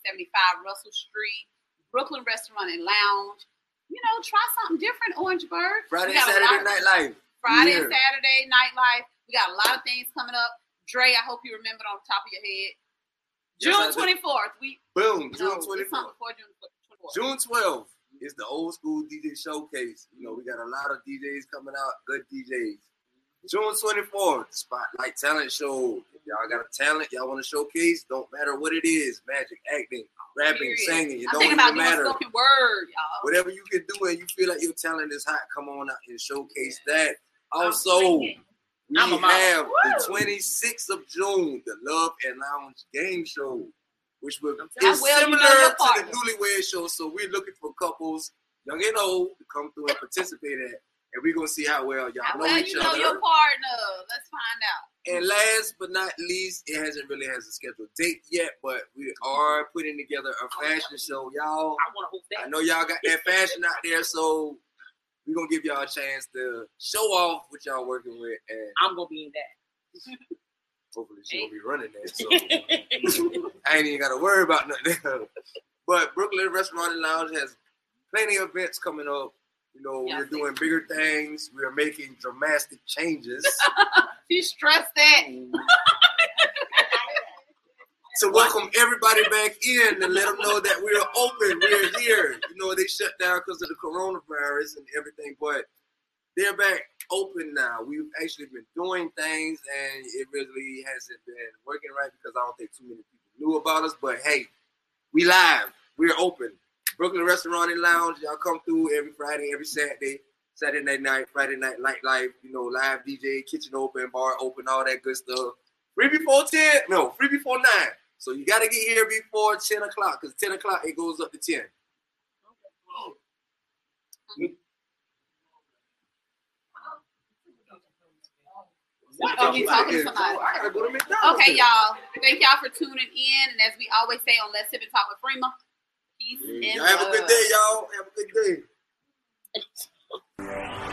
A: Russell Street, Brooklyn Restaurant and Lounge. You know, try something different, Orangeburg.
D: Friday
A: We
D: and
A: got a lot
D: Saturday
A: of-
D: Night Live.
A: Friday and
D: Yeah.
A: Saturday nightlife. We got a lot of things coming up. Dre, I hope you remembered on the top of your head.
D: Yes, I
A: June
D: do.
A: twenty fourth. We no,
D: Boom, June
A: it's
D: twenty
A: something before
D: fourth.
A: June twenty fourth.
D: June 12th is the old school DJ showcase. You know, we got a lot of DJs coming out, good DJs. June 24th, Spotlight Talent Show. If y'all got a talent y'all want to showcase, don't matter what it is magic, acting, rapping,
A: Period.
D: singing, it
A: I'm
D: don't
A: thinking about
D: even
A: doing
D: matter.
A: spoken word, y'all.
D: Whatever you can do and you feel like your talent is hot, come on out and showcase that.
E: I'm
D: Also, we
E: thinking.
C: I'm a model.
D: have the
C: Woo!
D: 26th of June, the Love and Lounge Game Show, which will
C: I'm telling
D: is
A: you, I will, you
D: similar
A: know your
D: to
A: partner.
D: the Newlywed Show. So we're looking for couples, young and old, to come through and participate at, and we're gonna see how well y'all
A: How
D: know
A: well
D: each
A: you know
D: other.
A: your partner? Let's find out.
D: And last but not least, it hasn't really has a scheduled date yet, but we are putting together a fashion show, y'all.
C: I want to hope
D: I
C: that.
D: know y'all got that fashion out there, so we're gonna give y'all a chance to show off what y'all working with and
C: I'm gonna be in that.
D: Hopefully she will be running that. So I ain't even gotta worry about nothing. but Brooklyn Restaurant and Lounge has plenty of events coming up. You know,
A: Yeah, I
D: we're
A: think-
D: doing bigger things. We are making dramatic changes.
A: She stressed that.
D: to welcome everybody back in and let them know that we're open, we're here. You know, they shut down because of the coronavirus and everything, but they're back open now. We've actually been doing things, and it really hasn't been working right because I don't think too many people knew about us. But hey, we live, we're open. Brooklyn Restaurant and Lounge, y'all come through every Friday, every Saturday. Saturday night, Friday night, nightlife, you know, live DJ, kitchen open, bar open, all that good stuff. Free before 10? No, free before 9. So you got to get here before 10 o'clock because 10 o'clock it goes up to 10.
A: What? Oh, we talking to somebody.
D: I got to go to McDonald's.
A: Okay,
D: then.
A: y'all. Thank y'all for tuning in. And as we always say on Let's Sip and Talk with Freema, peace
B: Yeah.
A: and uh,
D: Y'all have a
A: love.
D: good day, y'all. Have a good day.